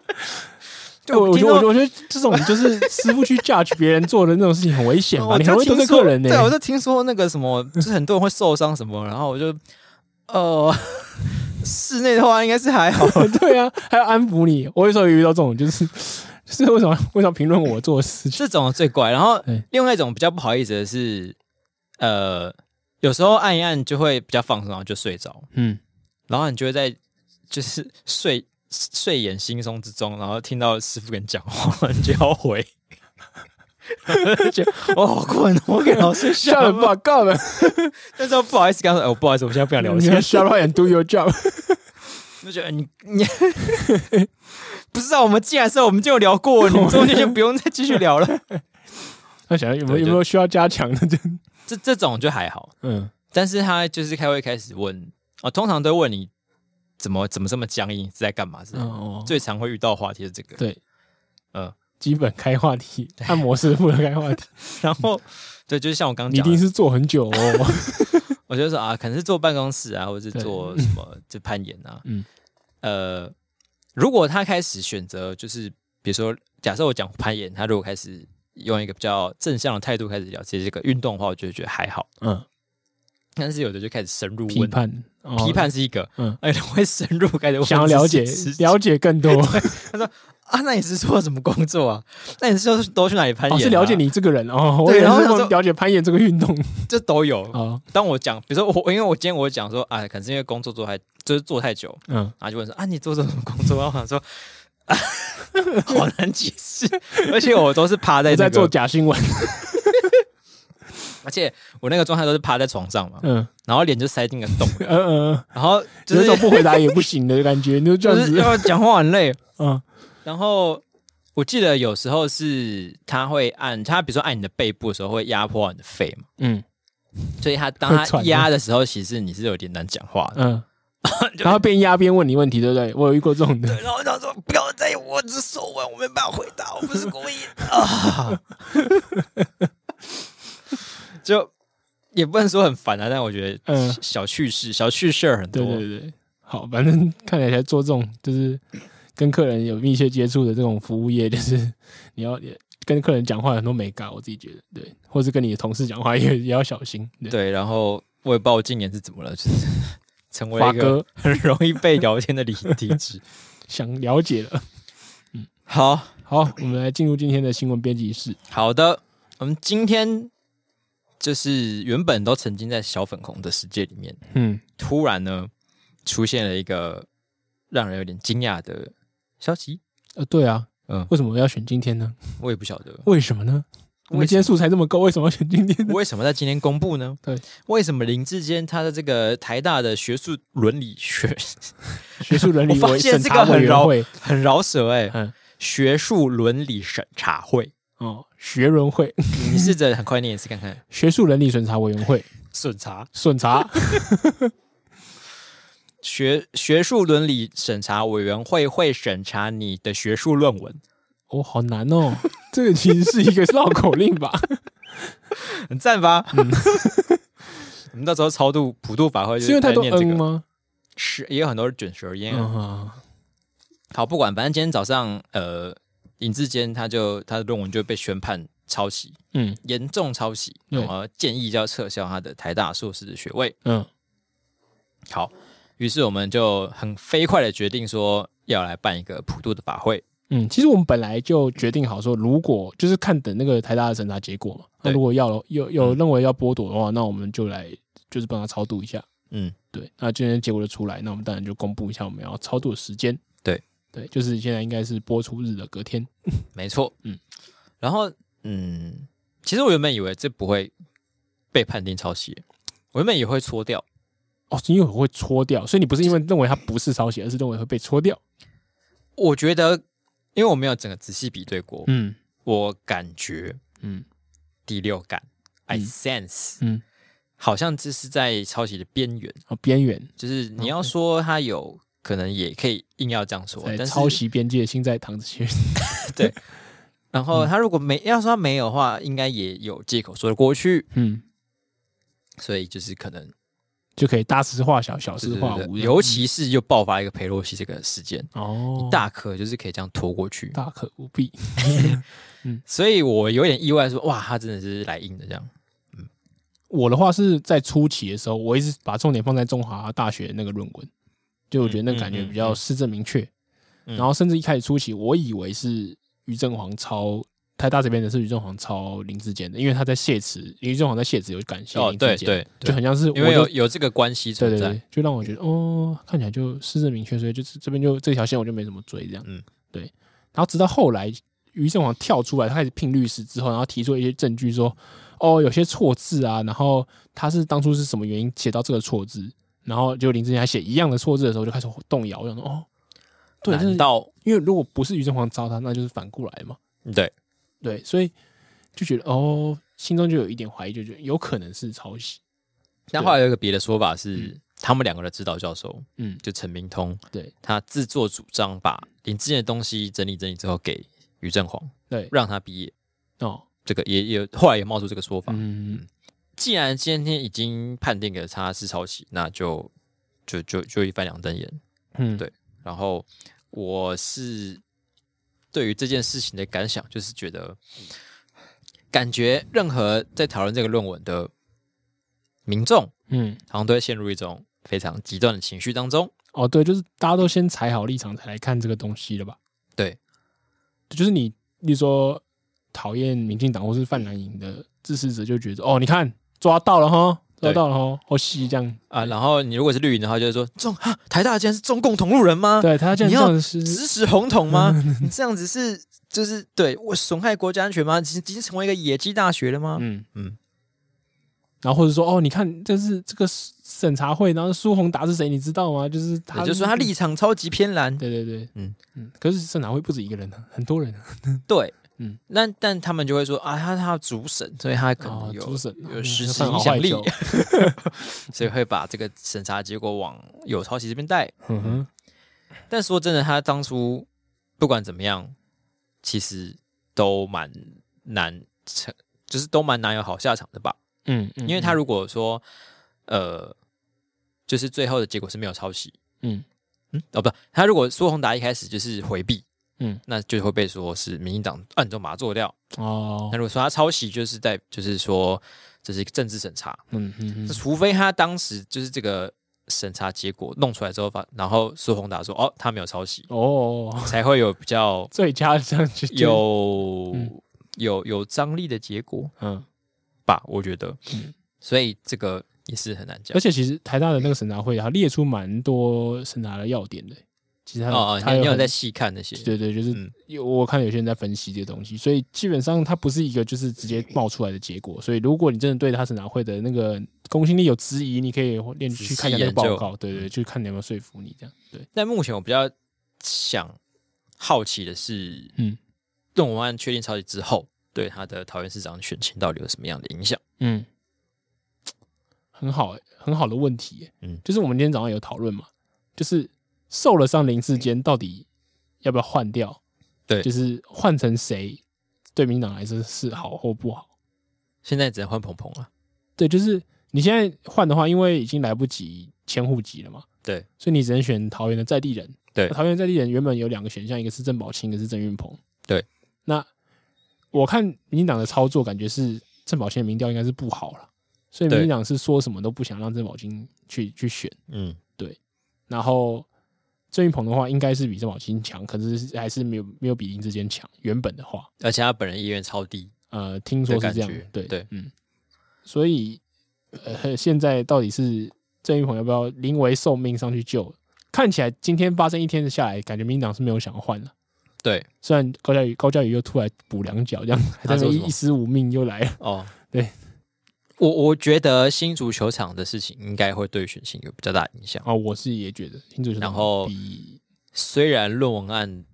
S1: 就
S2: 我我
S1: 听
S2: 觉
S1: 说
S2: 得我觉得这种就是师傅去 judge 别人做的那种事情很危险吧？
S1: 哦我
S2: 你
S1: 就
S2: 还会
S1: 听
S2: 得罪
S1: 说
S2: 客人呢、
S1: 对，我就听说那个什么，就是很多人会受伤什么，然后我就呃， (laughs) 室内的话应该是还好，
S2: (laughs) 对啊，还要安抚你。我有时候也遇到这种，就是就是为什么为什么评论我做的事情？
S1: 这种最怪。然后
S2: 对
S1: 另外一种比较不好意思的是，呃，有时候按一按就会比较放松，然后就睡着，
S2: 嗯，
S1: 然后你就会在就是睡睡眼惺忪之中，然后听到师傅跟你讲话，你就要回。我就觉得我好困哦，我给老师
S2: 下
S1: 下
S2: 了
S1: 了吧。
S2: 吧，告了，
S1: 但是我不好意思跟他说，哎、我不好意思，我现在不想聊
S2: 你
S1: 天
S2: (laughs) 要。下了眼 do
S1: (laughs)
S2: your job。
S1: 就觉得你你 (laughs) 不是啊？我们进来的时候我们就有聊过，你中间就不用再继续聊了。
S2: 那想有没有
S1: 对
S2: 有
S1: 就
S2: 没有需要加强的？就
S1: 这这种就还好，
S2: 嗯，
S1: 但是他就是开会开始问哦，通常都会问你怎么怎么这么僵硬，是在干嘛？是、
S2: 嗯哦，
S1: 最常会遇到的话题是这个。
S2: 对，
S1: 嗯，
S2: 基本开话题，按摩师傅的开话题，
S1: 然
S2: (laughs)
S1: 后对，就是像我刚
S2: 你一
S1: 刚
S2: 定
S1: 讲的，
S2: 是做很久
S1: (laughs)
S2: 哦。
S1: 我就说啊，可能是坐办公室啊，或者是
S2: 对 (laughs)
S1: 做什么就攀岩啊。
S2: 嗯
S1: 嗯，呃，如果他开始选择，就是比如说，假设我讲攀岩，他如果开始用一个比较正向的态度开始聊这这个运动的话，我就觉得还好。
S2: 嗯，
S1: 但是有的就开始深入
S2: (laughs) 批
S1: 问，
S2: 判，哦
S1: 批，判是一个，
S2: 嗯
S1: 嗯， (laughs) 哎，会深入开始问
S2: 想要了解
S1: 这些事情
S2: 了解更
S1: (laughs)
S2: 多，
S1: 啊，那你是做什么工作啊？那你是说都去哪里攀
S2: 哦，
S1: 岩、啊
S2: 是了解，你这个人哦。我
S1: 对
S2: 也
S1: 然后
S2: 是
S1: 想说
S2: 了解攀岩这个运动
S1: 这都有。
S2: 啊。
S1: 当我讲，比如说我，因为我今天我讲说啊，可能是因为工作做太，就是做太久，
S2: 嗯，
S1: 然后就问说啊，你做这种工作？然后我想说，啊、 (laughs) 好难解释，而且我都是趴在、
S2: 我
S1: 那个
S2: 在做假新闻。
S1: 而且我那个状态都是趴在床上嘛，
S2: 嗯
S1: 然后脸就塞进个洞，
S2: 嗯嗯，
S1: 然后就
S2: 有
S1: 是
S2: 一种不回答也不行的感觉，你就
S1: 就
S2: 这样
S1: 是
S2: 子。
S1: 要讲话很累。
S2: 嗯
S1: 然后我记得有时候是他会按他，比如说按你的背部的时候会压迫到你的肺嘛，
S2: 嗯
S1: 所以他当
S2: 会
S1: 他
S2: 喘吗
S1: 压的时候，其实你是有点难讲话的。
S2: 嗯，然后边压边问你问题，对不对？我有遇过这种的。
S1: (laughs) 然后他说：“不要再我只手腕，我没办法回答，我不是故意的。”啊， (laughs) 就也不能说很烦啊，但我觉
S2: 嗯
S1: 得小趣事、小趣事儿很多
S2: 对。对对，好，反正看起来做这种就是跟客人有密切接触的这种服务业，就是 (laughs) 你要跟客人讲话很多美感，我自己觉得对，或是跟你的同事讲话也 (laughs) 也要小心。对，
S1: 对然后我也不知道我今年是怎么了，就是成为
S2: 华
S1: 一个
S2: 哥
S1: 很容易被聊天的理体
S2: (laughs)
S1: 质。
S2: 想了解了。
S1: 好
S2: 好，我们来进入今天的新闻编辑室。
S1: 好的，我们今天就是原本都沉浸在小粉红的世界里面，
S2: 嗯，
S1: 突然呢出现了一个让人有点惊讶的消息。
S2: 呃，对啊，
S1: 嗯
S2: 为什么要选今天呢？
S1: 我也不晓得
S2: (laughs) 为什么呢？我们今天素材这么够，为什么要选今天呢？
S1: 为什么在今天公布呢？
S2: 对，
S1: 为什么林志坚他的这个台大的学术伦理学
S2: 学术伦理
S1: 我发
S2: 委
S1: 现
S2: 审
S1: 这个
S2: 查委
S1: 很
S2: 员
S1: 绕
S2: 会，
S1: 很饶舌哎、
S2: (laughs) 嗯
S1: 学术伦理审查
S2: (laughs)
S1: 会，
S2: 哦，学伦会， (laughs)
S1: 你试着很快念一次看看。
S2: (laughs) 学术伦理审查委员会
S1: 审查
S2: 审查，
S1: 学学术伦理审查委员会会审查你的学术论文，
S2: 哦，好难哦， (laughs) 这个其实是一个绕口令吧？
S1: 很赞吧？
S2: 嗯
S1: (laughs) 我们到时候超度普渡法会就是
S2: 因为太
S1: 在
S2: 多嗯
S1: 念这
S2: N
S1: 个，
S2: 吗？
S1: 是也有很多是卷舌音啊。
S2: 嗯啊，
S1: 好，不管，反正今天早上，呃，尹志坚他就他的论文就被宣判抄袭，
S2: 嗯
S1: 严重抄袭，
S2: 对
S1: 然后建议要撤销他的台大硕士的学位。
S2: 嗯，
S1: 好，于是我们就很飞快的决定说要来办一个普渡的法会。
S2: 嗯，其实我们本来就决定好说，如果就是看等那个台大的审查结果嘛，那
S1: 对嗯
S2: 如果要有有认为要剥夺的话，那我们就来就是帮他超度一下。
S1: 嗯，
S2: 对，那今天结果就出来，那我们当然就公布一下我们要超度的时间。
S1: 对
S2: 对，就是现在应该是播出日的隔天。
S1: 没错。
S2: 嗯，
S1: 然后嗯，其实我原本以为这不会被判定抄袭，我原本也会搓掉。
S2: 哦，因为我会搓掉，所以你不是因为认为它不是抄袭，而是认为会被搓掉。
S1: 我觉得，因为我没有整个仔细比对过，
S2: 嗯
S1: 我感觉
S2: 嗯
S1: 第六感、i
S2: 嗯
S1: sense，
S2: 嗯，
S1: 好像这是在抄袭的边缘，
S2: 啊，边缘
S1: 就是你要说它有，可能也可以硬要这样说，
S2: 哦在
S1: 但是
S2: 抄。袭边界，心在淌着血。
S1: 然
S2: 嗯
S1: 后他如果没要说他没有的话，应该也有借口说得过去，
S2: 嗯，
S1: 所以就是可能
S2: 就可以大事化小，小
S1: 对
S2: 事
S1: 对
S2: 化
S1: 对
S2: 无。
S1: 尤其是又爆发一个佩洛西这个事件，
S2: 嗯哦，
S1: 大可就是可以这样拖过去。
S2: 大可不必。
S1: 所以我有点意外说，哇，他真的是来硬的这样。
S2: 我的话是在初期的时候，我一直把重点放在中华大学那个论文，就我觉得那个感觉比较施政明确。
S1: 嗯
S2: 然后甚至一开始初期，我以为是于正煌抄台大这边的是于正煌抄林志坚的，因为他在谢词，于正煌在谢词有感谢
S1: 哦，
S2: 林
S1: 对
S2: 志坚，
S1: 对，
S2: 就
S1: 对
S2: 很像是我
S1: 因为
S2: 就
S1: 有有这个关系
S2: 对
S1: 存
S2: 对
S1: 在，
S2: 对，就让我觉得哦，看起来就施政明确，所以就是这边就这条线我就没怎么追这样。
S1: 嗯
S2: 嗯，对。然后直到后来于正煌跳出来，他开始聘律师之后，然后提出一些证据说，哦，有些错字啊，然后他是当初是什么原因写到这个错字，然后就林志坚还写一样的错字的时候，我就开始动摇，我想说哦，对，就是
S1: 难道
S2: 因为如果不是于正煌招他，那就是反过来嘛。
S1: 对？
S2: 对，所以就觉得哦，心中就有一点怀疑，就觉得有可能是抄袭。
S1: 但
S2: 对
S1: 后来有一个别的说法是，他们两个的指导教授
S2: 嗯，
S1: 就陈明通，
S2: 对
S1: 他自作主张把林志坚的东西整理整理之后给于正煌，
S2: 对
S1: 让他毕业。
S2: 哦，
S1: 这个也也后来也冒出这个说法。
S2: 嗯
S1: 既然今天已经判定给他是抄袭，那就就就就一翻两瞪眼。
S2: 嗯，
S1: 对然后我是对于这件事情的感想，就是觉得感觉任何在讨论这个论文的民众，
S2: 嗯。
S1: 好像都会陷入一种非常极端的情绪当中。
S2: 哦，对，就是大家都先踩好立场才来看这个东西的吧？
S1: 对，
S2: 就是你，例如说讨厌民进党或是泛蓝营的支持者，就觉得哦，你看抓到了哈，抓
S1: 对
S2: 到了哈，好戏这样。
S1: 啊，然后你如果是绿营的话，就会说中哈台大竟然是中共同路人吗？
S2: 对嗯他这
S1: 啊
S2: 样
S1: 你要
S2: 这样是，
S1: 支持红统吗？你这样子是就是对我损害国家安全吗？已经已经成为一个野鸡大学了吗？
S2: 嗯
S1: 嗯
S2: 嗯。然后或者说哦，你看，这是这个审查会，然后苏宏达是谁，你知道吗？就是嗯他，
S1: 也就是说他立场超级偏蓝，
S2: 对对对，
S1: 嗯
S2: 嗯嗯。可是审查会不止一个人啊，很多人啊。
S1: 对，
S2: 嗯，
S1: 那但他们就会说啊，他他主审，所以他可能
S2: 哦
S1: 有、
S2: 主审
S1: 有
S2: 嗯
S1: 实
S2: 那
S1: 质
S2: 犯
S1: 影
S2: 好
S1: 响
S2: 坏
S1: 力 (laughs)
S2: 球，
S1: 所以会把这个审查结果往有抄袭这边带。(laughs)
S2: 嗯哼，
S1: 但说真的，他当初不管怎么样，其实都蛮难成，就是都蛮难有好下场的吧。
S2: 嗯，嗯
S1: 因为他如果说，呃，就是最后的结果是没有抄袭，
S2: 嗯
S1: 嗯，哦不，他如果苏宏达一开始就是回避，
S2: 嗯
S1: 那就会被说是民进党暗中把他做掉。
S2: 哦
S1: 那，如果说他抄袭，就是在就是说这是一个政治审查，
S2: 嗯嗯嗯
S1: 那除非他当时就是这个审查结果弄出来之后发，然后苏宏达说哦他没有抄袭，
S2: 哦， (laughs)
S1: 才会有比较
S2: 最佳这样去
S1: 有
S2: 嗯
S1: 有有张力的结果
S2: 嗯，
S1: 吧，我觉得
S2: 嗯，
S1: 所以这个也是很难讲
S2: 而。且其实台大的那个审查会，它列出蛮多审查的要点的。其实它
S1: 哦，哦
S2: 它
S1: 你你有
S2: 很
S1: 在细看那些？
S2: (laughs) 对对，就
S1: 嗯
S2: 是有我看有些人在分析这个东西，所以基本上它不是一个就是直接嗯冒出来的结果。所以如果你真的对它审查会的那个公信力有质疑，你可以连
S1: 仔
S2: 去
S1: 细
S2: 看一下那个
S1: 研究嗯
S2: 报告，对对，去看你有没有说服你这样。对，
S1: 但目前我比较想好奇的是，
S2: 嗯
S1: 论文案确定抄袭之后，对他的桃园市长选情到底有什么样的影响？
S2: 嗯，很好欸、很好的问题欸、
S1: 嗯
S2: 就是我们今天早上有讨论嘛，就是受了伤林志坚到底要不要换掉？
S1: 对
S2: 就是换成谁，对民进党来说是好或不好？
S1: 现在只能换鹏鹏了。
S2: 对，就是你现在换的话，因为已经来不及迁户籍了嘛，
S1: 对，
S2: 所以你只能选桃园的在地人。
S1: 对
S2: 桃园在地人原本有两个选项，一个是郑宝清，一个是郑运鹏。
S1: 对，
S2: 那我看民进党的操作，感觉是郑宝清的民调应该是不好了，所以
S1: 对
S2: 民进党是说什么都不想让郑宝清去去选。
S1: 嗯，
S2: 然后郑运鹏的话，应该是比郑宝清强，可是还是没有没有比林志坚强。原本的话，
S1: 而且他本人意愿超低。
S2: 呃，听说是这样
S1: 的感觉，
S2: 对
S1: 对
S2: 嗯，所以呃，现在到底是郑云鹏要不要临危受命上去救？看起来今天发生一天的下来，感觉民进党是没有想要换了。
S1: 对，
S2: 虽然高嘉瑜高嘉瑜又突然补两脚，啊这样还
S1: 他
S2: 在那
S1: 说
S2: 边
S1: 什么
S2: 一丝无命又来了。
S1: 哦，
S2: (laughs) 对，
S1: 我我觉得新足球场的事情应该会对选情有比较大影响。
S2: 啊、我是也觉得新主球
S1: 然后
S2: 比
S1: 虽然论文案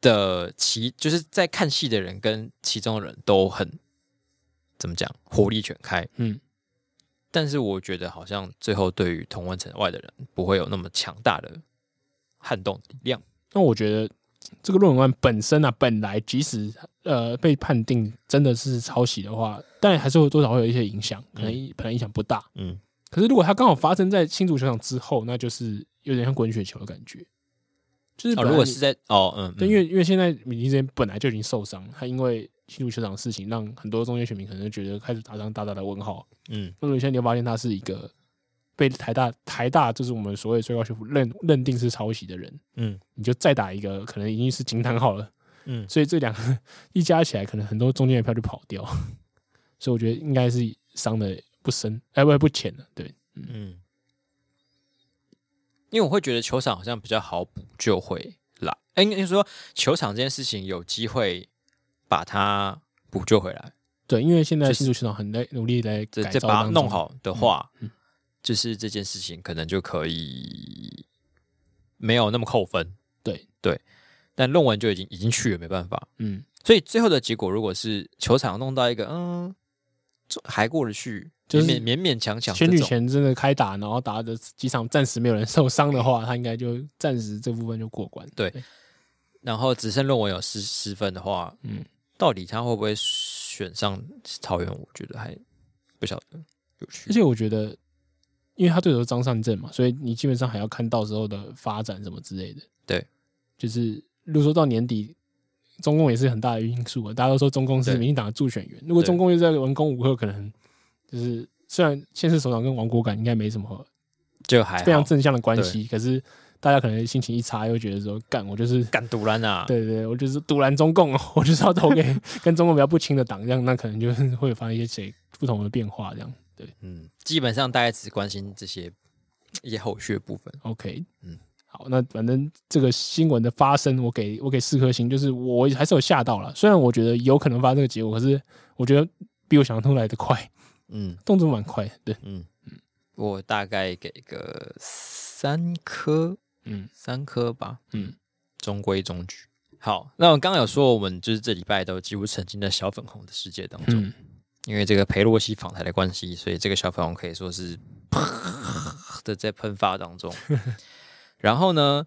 S1: 的其就是在看戏的人跟其中的人都很怎么讲火力全开，
S2: 嗯，
S1: 但是我觉得好像最后对于同温层外的人不会有那么强大的撼动力量。
S2: 那我觉得这个论文案本身啊，本来即使呃被判定真的是抄袭的话，但还是会多少会有一些影响，可能一本来影响不大，
S1: 嗯，
S2: 可是如果它刚好发生在新足球场之后，那就是有点像滚雪球的感觉。就
S1: 哦，
S2: 是本来
S1: 如果
S2: 你
S1: 是在哦，嗯，
S2: 嗯对，
S1: 嗯
S2: 因为因为现在米利之前本来就已经受伤，他因为新足球场的事情，让很多中间选民可能就觉得开始打上大大的问号。
S1: 嗯
S2: 那如果现在你会发现他是一个被台大台大就是我们所谓最高学府认认定是抄袭的人，
S1: 嗯
S2: 你就再打一个可能已经是惊叹号了。
S1: 嗯，
S2: 所以这两个 (laughs) 一加起来，可能很多中间的票就跑掉。 (laughs) 所以我觉得应该是伤的不深，哎、不不浅了。对，
S1: 嗯，因为我会觉得球场好像比较好补救回来，哎，应该说球场这件事情有机会把它补救回来，
S2: 对，因为现在
S1: 就是
S2: 新竹市场很在努力来
S1: 再
S2: 改
S1: 再
S2: 造
S1: 把它
S2: 当中嗯
S1: 弄，好的话，就是这件事情可能就可以没有那么扣分。
S2: 对
S1: 对，但论文就已经已经去了，没办法。
S2: 嗯，
S1: 所以最后的结果，如果是球场弄到一个嗯，这还过得去，
S2: 就是
S1: 勉勉勉强强这
S2: 选举
S1: 种，
S2: 前真的开打，然后打的几场暂时没有人受伤的话，他应该就暂时这部分就过关。
S1: 对然后只剩论文有十十分的话，
S2: 嗯，
S1: 到底他会不会选上桃园？我觉得还不晓得，有
S2: 而
S1: 趣。
S2: 且我觉得，因为他对手是张善政嘛，所以你基本上还要看到时候的发展什么之类的。
S1: 对，
S2: 就是如果说到年底，中共也是很大的因素啊。大家都说中共是
S1: 对
S2: 民进党的助选员，如果
S1: 对
S2: 中共又在文攻武赫，可能就是虽然现任首长跟王国感应该没什么
S1: 就还
S2: 非常
S1: 好，
S2: 正向的关系，可是大家可能心情一差，又觉得说，干我就是。
S1: 敢独揽啊！
S2: 对对，对我就是独揽中共， (laughs) 我就是要投给
S1: (laughs)
S2: 跟中共比较不亲的党，这样那可能就是会发生一些不同的变化，这样对。
S1: 嗯，基本上大家只关心这些一些后续的部分。
S2: OK，嗯
S1: 嗯，
S2: 好，那反正这个新闻的发生，我给我给四颗星，就是我还是有吓到了。虽然我觉得有可能发生这个结果，可是我觉得比我想象中来的快， (laughs)
S1: 嗯
S2: 动作蛮快的。对，
S1: 嗯，我大概给个三颗，
S2: 嗯
S1: 三颗吧，
S2: 嗯，
S1: 中规中矩。好，那我刚刚有说，我们就是这礼拜都几乎沉浸在小粉红的世界当中，
S2: 嗯，
S1: 因为这个裴洛西访台的关系，所以这个小粉红可以说是的在喷发当
S2: (laughs)
S1: 中。然后呢，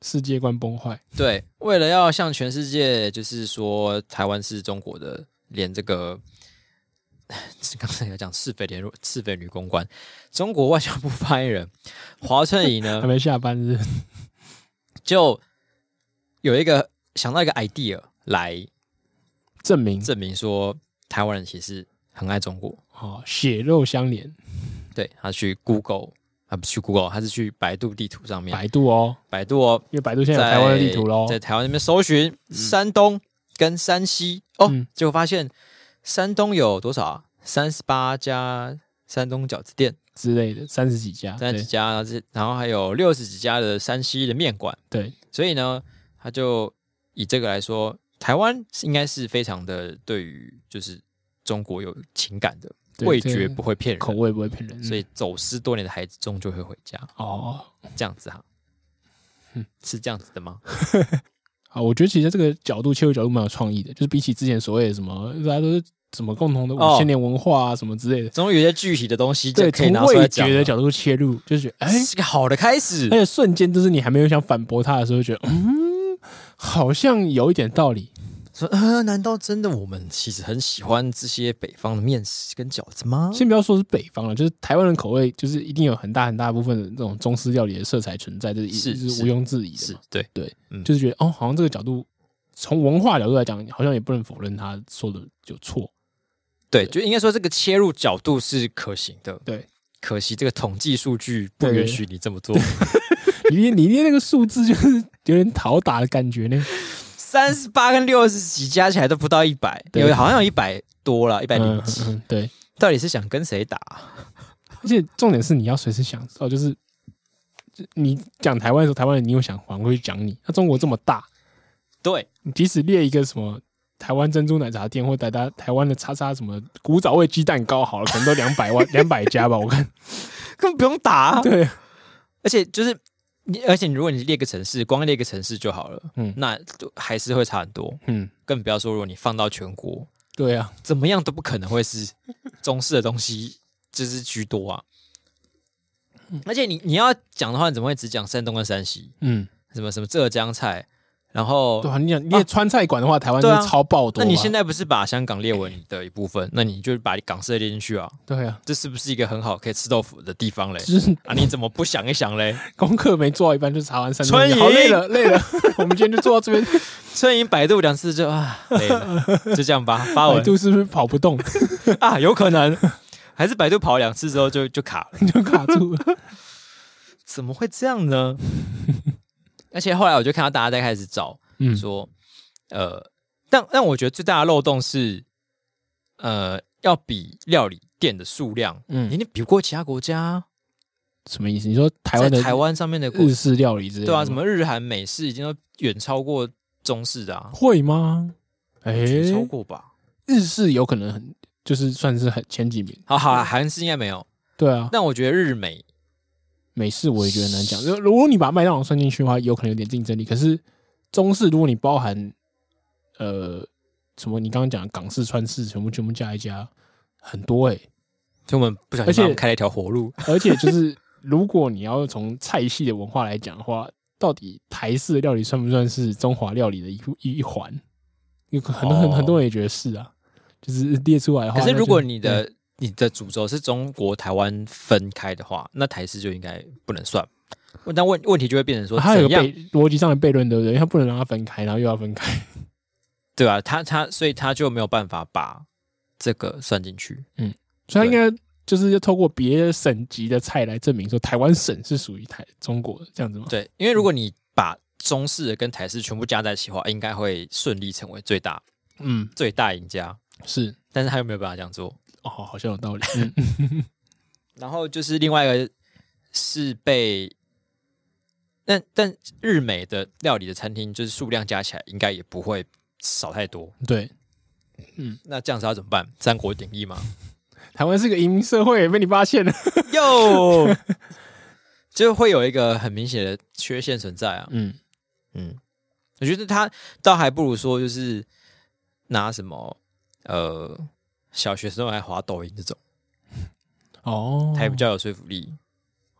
S2: 世界观崩坏，
S1: 对，为了要向全世界，就是说台湾是中国的，连这个 (laughs) 刚才有讲赤匪联络赤匪女公关，中国外交部发言人华春莹
S2: (laughs) 还
S1: 呢，
S2: 没下班是不是
S1: 就有一个想到一个 idea 来
S2: 证明
S1: 证明说台湾人其实很爱中国。
S2: 哦，血肉相连，
S1: 对他去 Google 啊，不是去 Google，他是去百度地图上面，百
S2: 百度哦，
S1: 百度哦，
S2: 因为百度现在有
S1: 在
S2: 台湾的地图喽。
S1: 在台湾那边搜寻山东跟山西哦
S2: 嗯，
S1: 结果发现山东有多少啊？三十八家山东饺子店，
S2: 之类的，三十几家，
S1: 三十
S2: 啊对
S1: 几家，然后这然后还有六十几家的山西的面馆，
S2: 对，
S1: 所以呢，他就以这个来说，台湾应该是非常的对于就是中国有情感的，
S2: 对
S1: 味
S2: 这个
S1: 觉不会骗人，
S2: 口味不会骗人，
S1: 所以
S2: 嗯
S1: 走失多年的孩子终究会回家，
S2: 哦，嗯
S1: 这样子哈，是这样子的吗？
S2: 啊，我觉得其实这个角度切入角度蛮有创意的，就是比起之前所谓的什么大家都是什么共同的
S1: 哦
S2: 五千年文化啊什么之类的，
S1: 总有一些具体的东西就
S2: 对，
S1: 可以
S2: 从
S1: 拿出来
S2: 味
S1: 讲
S2: 觉的
S1: 了，
S2: 角度切入，就是觉得哎，
S1: 是个好的开始
S2: 而。且瞬间就是你还没有想反驳他的时候，觉得嗯，好像有一点道理。
S1: 说，呃，难道真的我们其实很喜欢这些北方的面食跟饺子吗？
S2: 先不要说是北方了，就是台湾人口味，就是一定有很大很大部分的这种中式料理的色彩存在，这是
S1: 是
S2: 就是是毋庸置疑的
S1: 是
S2: 嘛。
S1: 对，
S2: 对，
S1: 嗯
S2: 就是觉得哦，好像这个角度，从文化角度来讲，好像也不能否认他说的有错。
S1: 对，就应该说这个切入角度是可行的。
S2: 对，
S1: 可惜这个统计数据不
S2: 对对
S1: 允许你这么做。
S2: 你念 (laughs) 你念那个数字，就是有点讨打的感觉 (laughs) 呢。
S1: (laughs) 三十八跟六十几加起来都不到一百，
S2: 对
S1: 有好像有一百多了，一百
S2: 嗯
S1: 零
S2: 嗯
S1: 几。
S2: 嗯，对。
S1: 到底是想跟谁打啊？
S2: 而且重点是你要随时想哦，就是就你讲台湾的时候，台湾人你有想反过去讲你。那中国这么大，
S1: 对，
S2: 你即使列一个什么台湾珍珠奶茶店或台大台湾的叉叉什么古早味鸡蛋糕好了，可能都两 (laughs) 百万两百家吧，我看。
S1: 根本不用打、啊。
S2: (laughs) 对，
S1: 而且就是你，而且你如果你列个城市，光列个城市就好了，
S2: 嗯
S1: 那就还是会差很多。
S2: 嗯，
S1: 更不要说如果你放到全国，
S2: 对啊，
S1: 怎么样都不可能会是中式的东西就是居多啊。而且你你要讲的话，你怎么会只讲山东跟山西？
S2: 嗯，
S1: 什么什么浙江菜，然后
S2: 对啊，你想列川菜馆的话，台湾
S1: 对
S2: 就
S1: 啊
S2: 是超爆多吧。
S1: 那你现在不是把香港列为你的一部分？那你就把港式列进去啊，
S2: 对啊，
S1: 这是不是一个很好可以吃豆腐的地方嘞？
S2: 就是
S1: 啊，你怎么不想一想嘞？
S2: 功课没做到一半就查完三
S1: 春
S2: 好累
S1: 莹
S2: 了累了， (laughs) 我们今天就做到这边。
S1: 春莹百度两次就啊累了，就这样吧，发
S2: 百
S1: 文
S2: 度是不是跑不动 (laughs)
S1: 啊，有可能还是百度跑两次之后就就卡了，
S2: 就卡住了？
S1: (laughs) 怎么会这样呢？ (laughs) 而且后来我就看到大家在开始找
S2: 嗯，
S1: 说，呃，但但我觉得最大的漏洞是，呃，要比料理店的数量，
S2: 嗯
S1: 你你比不过其他国家啊、
S2: 什么意思？你说台湾
S1: 在
S2: 的
S1: 台湾上面的国
S2: 日式料理之类的吗？
S1: 对啊，什么日韩美式已经都远超过中式的啊，
S2: 会吗？哎、
S1: 超过吧？
S2: 日式有可能很就是算是很前几名。
S1: 好好啦，韩式应该没有，
S2: 对啊，
S1: 但我觉得日美
S2: 美式我也觉得难讲。如如果你把麦当劳算进去的话，有可能有点竞争力。可是中式，如果你包含呃什么你刚刚讲的港式、川式，全部全部加一加，很多哎、
S1: 就我们不小
S2: 而
S1: 心
S2: 且
S1: 帮他们开了一条活路，
S2: 而且就是如果你要从菜系的文化来讲的话，到底台式的料理算不算是中华料理的一一一环？有可很多很
S1: 哦
S2: 很多人也觉得是啊，就是列出来的话，
S1: 可是
S2: 那
S1: 如
S2: 就
S1: 果你的你的主轴是中国台湾分开的话，那台式就应该不能算。问但问问题就会变成说
S2: 啊它
S1: 怎
S2: 有个
S1: 样
S2: 悖逻辑上的悖论，对不对？因为它不能让它分开，然后又要分开。
S1: 对吧、他他所以他就没有办法把这个算进去。
S2: 所以它应该就是要透过别省级的菜来证明说台湾省是属于台中国的这样子吗？
S1: 对，因为如果你把中式的跟台式全部加在一起的话，应该会顺利成为最大
S2: 嗯，
S1: 最大赢家。
S2: 是
S1: 但是他又没有办法这样做。
S2: 哦，好像有道理。嗯，
S1: 然后就是另外一个是被，但但日美的料理的餐厅就是数量加起来应该也不会少太多。
S2: 对，
S1: 那这样子要怎么办？三国鼎立
S2: (laughs)
S1: 吗？
S2: 台湾是个移民社会，被你发现了。
S1: 哟， (laughs) 就会有一个很明显的缺陷存在啊。
S2: 嗯，
S1: 嗯，我觉得他倒还不如说就是拿什么呃小学生来滑抖音这种，
S2: 哦，
S1: 还比较有说服力。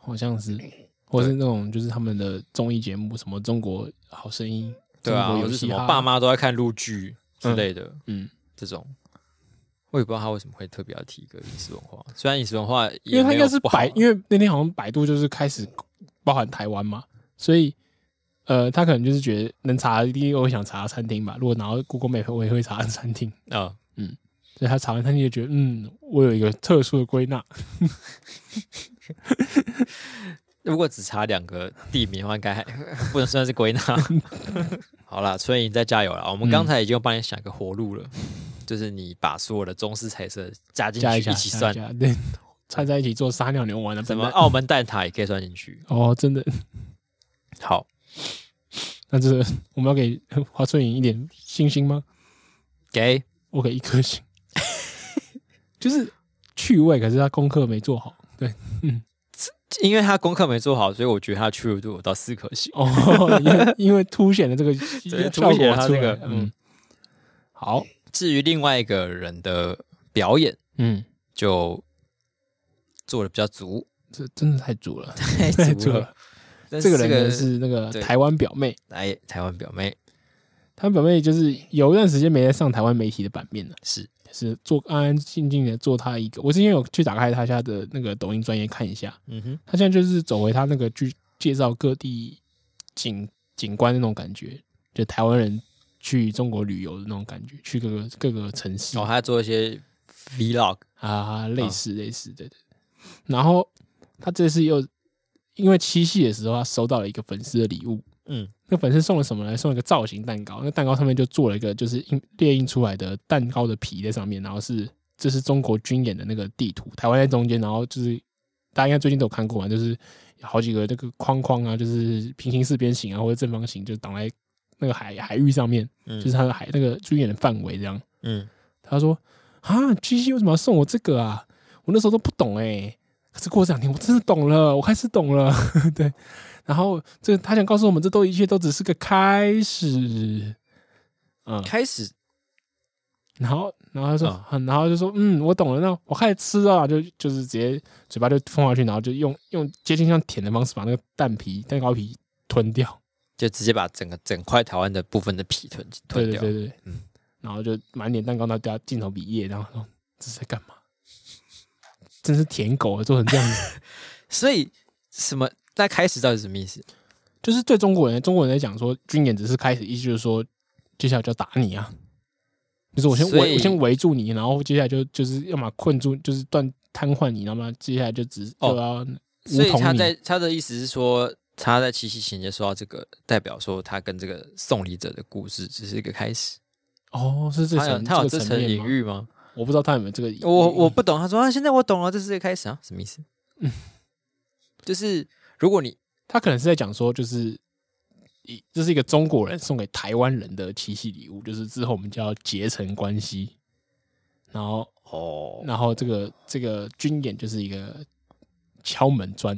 S2: 好像是，或是那种就是他们的综艺节目，什么中国好声音，
S1: 对啊，
S2: 中国
S1: 或
S2: 有
S1: 是什
S2: 嘻
S1: 么
S2: 哈
S1: 爸，妈都在看陆剧之类的，
S2: 嗯，
S1: 这种，我也不知道他为什么会特别要提一个饮食文化。虽然饮食文化也
S2: 因为它应该是百
S1: 白，，
S2: 因为那天好像百度就是开始包含台湾嘛，所以呃，他可能就是觉得能查，第一个会想查餐厅吧。如果拿到 Google Map，我也会查餐厅，
S1: 啊、
S2: 所以他查完餐厅就觉得，嗯，我有一个特殊的归纳，
S1: 如果只查两个地名的话，应该还 (laughs) 不能算是归纳。 (laughs) 好啦，春莹再加油啦！我们刚才已经帮你想一个活路了，就是你把所有的中式菜色加进
S2: 加一
S1: 去
S2: 下，
S1: 一起算，
S2: 加一下对，掺在一起做撒尿牛丸的
S1: 什
S2: 本
S1: 么
S2: 来。
S1: 澳门蛋挞也可以算进去。
S2: 哦，真的，
S1: 好，
S2: 那这个我们要给华春莹一点星星吗？
S1: 给
S2: 我给一颗星， (laughs) 就是趣味，可是他功课没做好。对，
S1: 因为他功课没做好，所以我觉得他的屈辱度有到四颗星。
S2: 哦， (laughs) 因为因为凸显了这个
S1: 对
S2: 效
S1: 凸显
S2: 果
S1: 了它
S2: 出
S1: 这
S2: 来
S1: 个
S2: 嗯
S1: 嗯，
S2: 好，
S1: 至于另外一个人的表演，
S2: 嗯，
S1: 就做的比较
S2: (laughs)
S1: 足，
S2: 这真的太足了，
S1: (laughs) 太
S2: 太
S1: 足
S2: 足
S1: 了
S2: 了。。
S1: 但
S2: 这个人
S1: 个
S2: 呢是那个
S1: 对
S2: 台湾表妹，
S1: 哎，台湾表妹
S2: 她表妹就是有一段时间没在上台湾媒体的版面了，
S1: 是
S2: 就是做安安静静的做她一个。我之前有去打开她家的那个抖音专业看一下，
S1: 嗯哼，
S2: 她现在就是走回她那个去介绍各地景景观那种感觉，就台湾人去中国旅游的那种感觉，去各个各个城市
S1: 然后哦他做一些 vlog，
S2: 啊，类似类似，对对。对然后他这次又因为七夕的时候，他收到了一个粉丝的礼物，
S1: 嗯，
S2: 那粉丝送了什么呢？送了一个造型蛋糕，那蛋糕上面就做了一个就是印列印出来的蛋糕的皮在上面，然后是这是中国军演的那个地图，台湾在中间，然后就是大家应该最近都有看过嘛，就是有好几个那个框框啊，就是平行四边形啊或者正方形，就挡在那个海海域上面，
S1: 嗯
S2: 就是它的海那个军演的范围这样。
S1: 嗯，
S2: 他说：“啊，七夕为什么要送我这个啊？我那时候都不懂哎、可是过这两天我真的懂了，我开始懂了。 (laughs) 对，然后这他想告诉我们，这都一切都只是个开始。嗯，
S1: 开始
S2: 然后然后他说，嗯然后就说，嗯，我懂了。那我开始吃了啊，就就是直接嘴巴就放下去，然后就用用接近像舔的方式把那个蛋皮蛋糕皮吞掉。
S1: 就直接把整个整块台湾的部分的皮吞吞
S2: 对
S1: 掉，
S2: 对对对，嗯
S1: 嗯，
S2: 然后就满脸蛋糕，然后掉镜头比耶，然后说这是在干嘛？真是舔狗啊，做成这样
S1: (laughs)
S2: 子，
S1: 所以什么？那开始到底是什么意思？
S2: 就是对中国人，中国人在讲说军演只是开始，意思就是说接下来就要打你啊，就是我先
S1: 所以
S2: 围我先围住你，然后接下来就就是要么困住，就是断瘫痪你，要么接下来就只
S1: 哦
S2: 就要
S1: 所以
S2: 梧桐
S1: 他
S2: 你
S1: 在他的意思是说，他在七夕情节说到这个，代表说他跟这个送礼者的故事只是一个开始。
S2: 哦，是这
S1: 他有
S2: 层
S1: 他有
S2: 这
S1: 这
S2: 个
S1: 层
S2: 层面
S1: 隐
S2: 吗？嗯
S1: 喻吗？
S2: 我不知道他有没有这个隐喻，
S1: 我我不懂。他说啊，现在我懂了，这是一个开始啊，什么意
S2: (laughs)
S1: 思？就是如果你
S2: 他可能是在讲说，就是一这是一个中国人送给台湾人的七夕礼物，就是之后我们就要结成关系，然后
S1: 哦，
S2: 然后这个这个军演就是一个敲门砖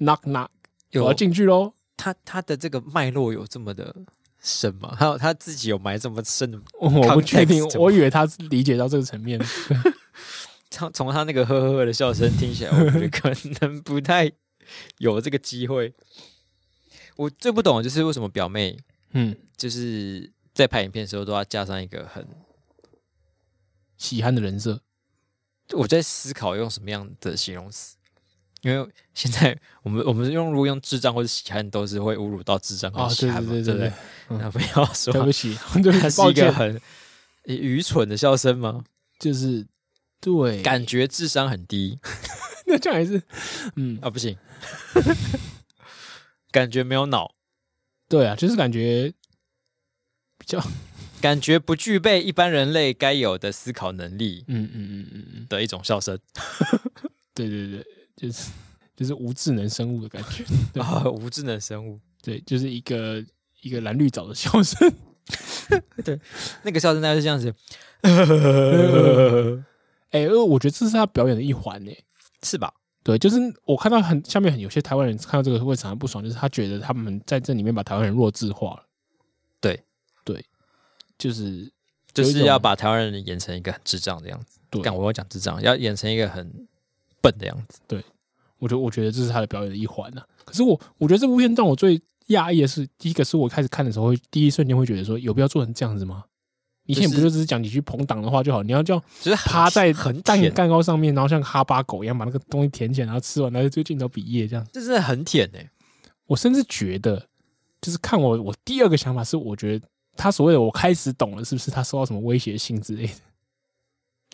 S2: ，knock knock，我要
S1: 有
S2: 进去喽。
S1: 他他的这个脉络有这么的深吗？还有他自己有埋这么深的？
S2: (laughs) 我我不确定
S1: Context，
S2: 我以为他是理解到这个层面，
S1: 从从他那个呵呵呵的笑声听起来，我觉得可能不太有这个机会。我最不懂的就是为什么表妹
S2: (laughs) 嗯，
S1: 就是在拍影片的时候都要加上一个很，
S2: 喜憨的人设，
S1: 我在思考用什么样的形容词，因为现在我们我们用如果用智障或者喜憨都是会侮辱到智障
S2: 哦
S1: 和喜憨嘛，
S2: 对对
S1: 对
S2: 对对
S1: 不对？那不要
S2: 对
S1: 说
S2: 不起， (laughs) 对不
S1: (laughs) 它
S2: 起，
S1: 是
S2: 抱
S1: 一个
S2: 歉，
S1: 很愚蠢的笑声吗？
S2: 就是对， (laughs)
S1: 感觉智商很低
S2: 那这样也 (laughs) 是，嗯，
S1: 啊，不行， (laughs) 感觉没有脑，
S2: 对啊，就是感觉比较，
S1: 感觉不具备一般人类该有的思考能力
S2: 嗯嗯嗯嗯嗯。
S1: 的一种笑声
S2: 对对对，就是就是无智能生物的感觉， (laughs) 对
S1: 啊，无智能生物。
S2: 对，就是一个一个蓝绿藻的笑声， (laughs)
S1: 那个笑声大概是这样子，
S2: 哎、呃我觉得这是他表演的一环哎、
S1: 是吧？
S2: 对，就是我看到很下面很有些台湾人看到这个会常常不爽，就是他觉得他们在这里面把台湾人弱智化了，
S1: 对
S2: 对，就是
S1: 就
S2: 有一
S1: 是要
S2: 种
S1: 把台湾人演成一个很智障的样子。
S2: 对
S1: 干我要讲智障，要演成一个很笨的样子。
S2: 我觉得我觉得这是他的表演的一环呐、可是我我觉得这部片让我最讶异的是，第一个是我开始看的时候会第一瞬间会觉得说，有必要做成这样子吗？以前
S1: 就是
S2: 不就只是讲几句捧党的话就好，你要叫
S1: 就是很
S2: 趴在
S1: 很
S2: 蛋
S1: 舔，
S2: 蛋糕上面，然后像哈巴狗一样把那个东西舔起来，然后吃完，然后就镜头比耶这样。
S1: 这真的很舔哎、
S2: 我甚至觉得，就是看我，我第二个想法是，我觉得他所谓的我开始懂了，是不是他受到什么威胁性之类的？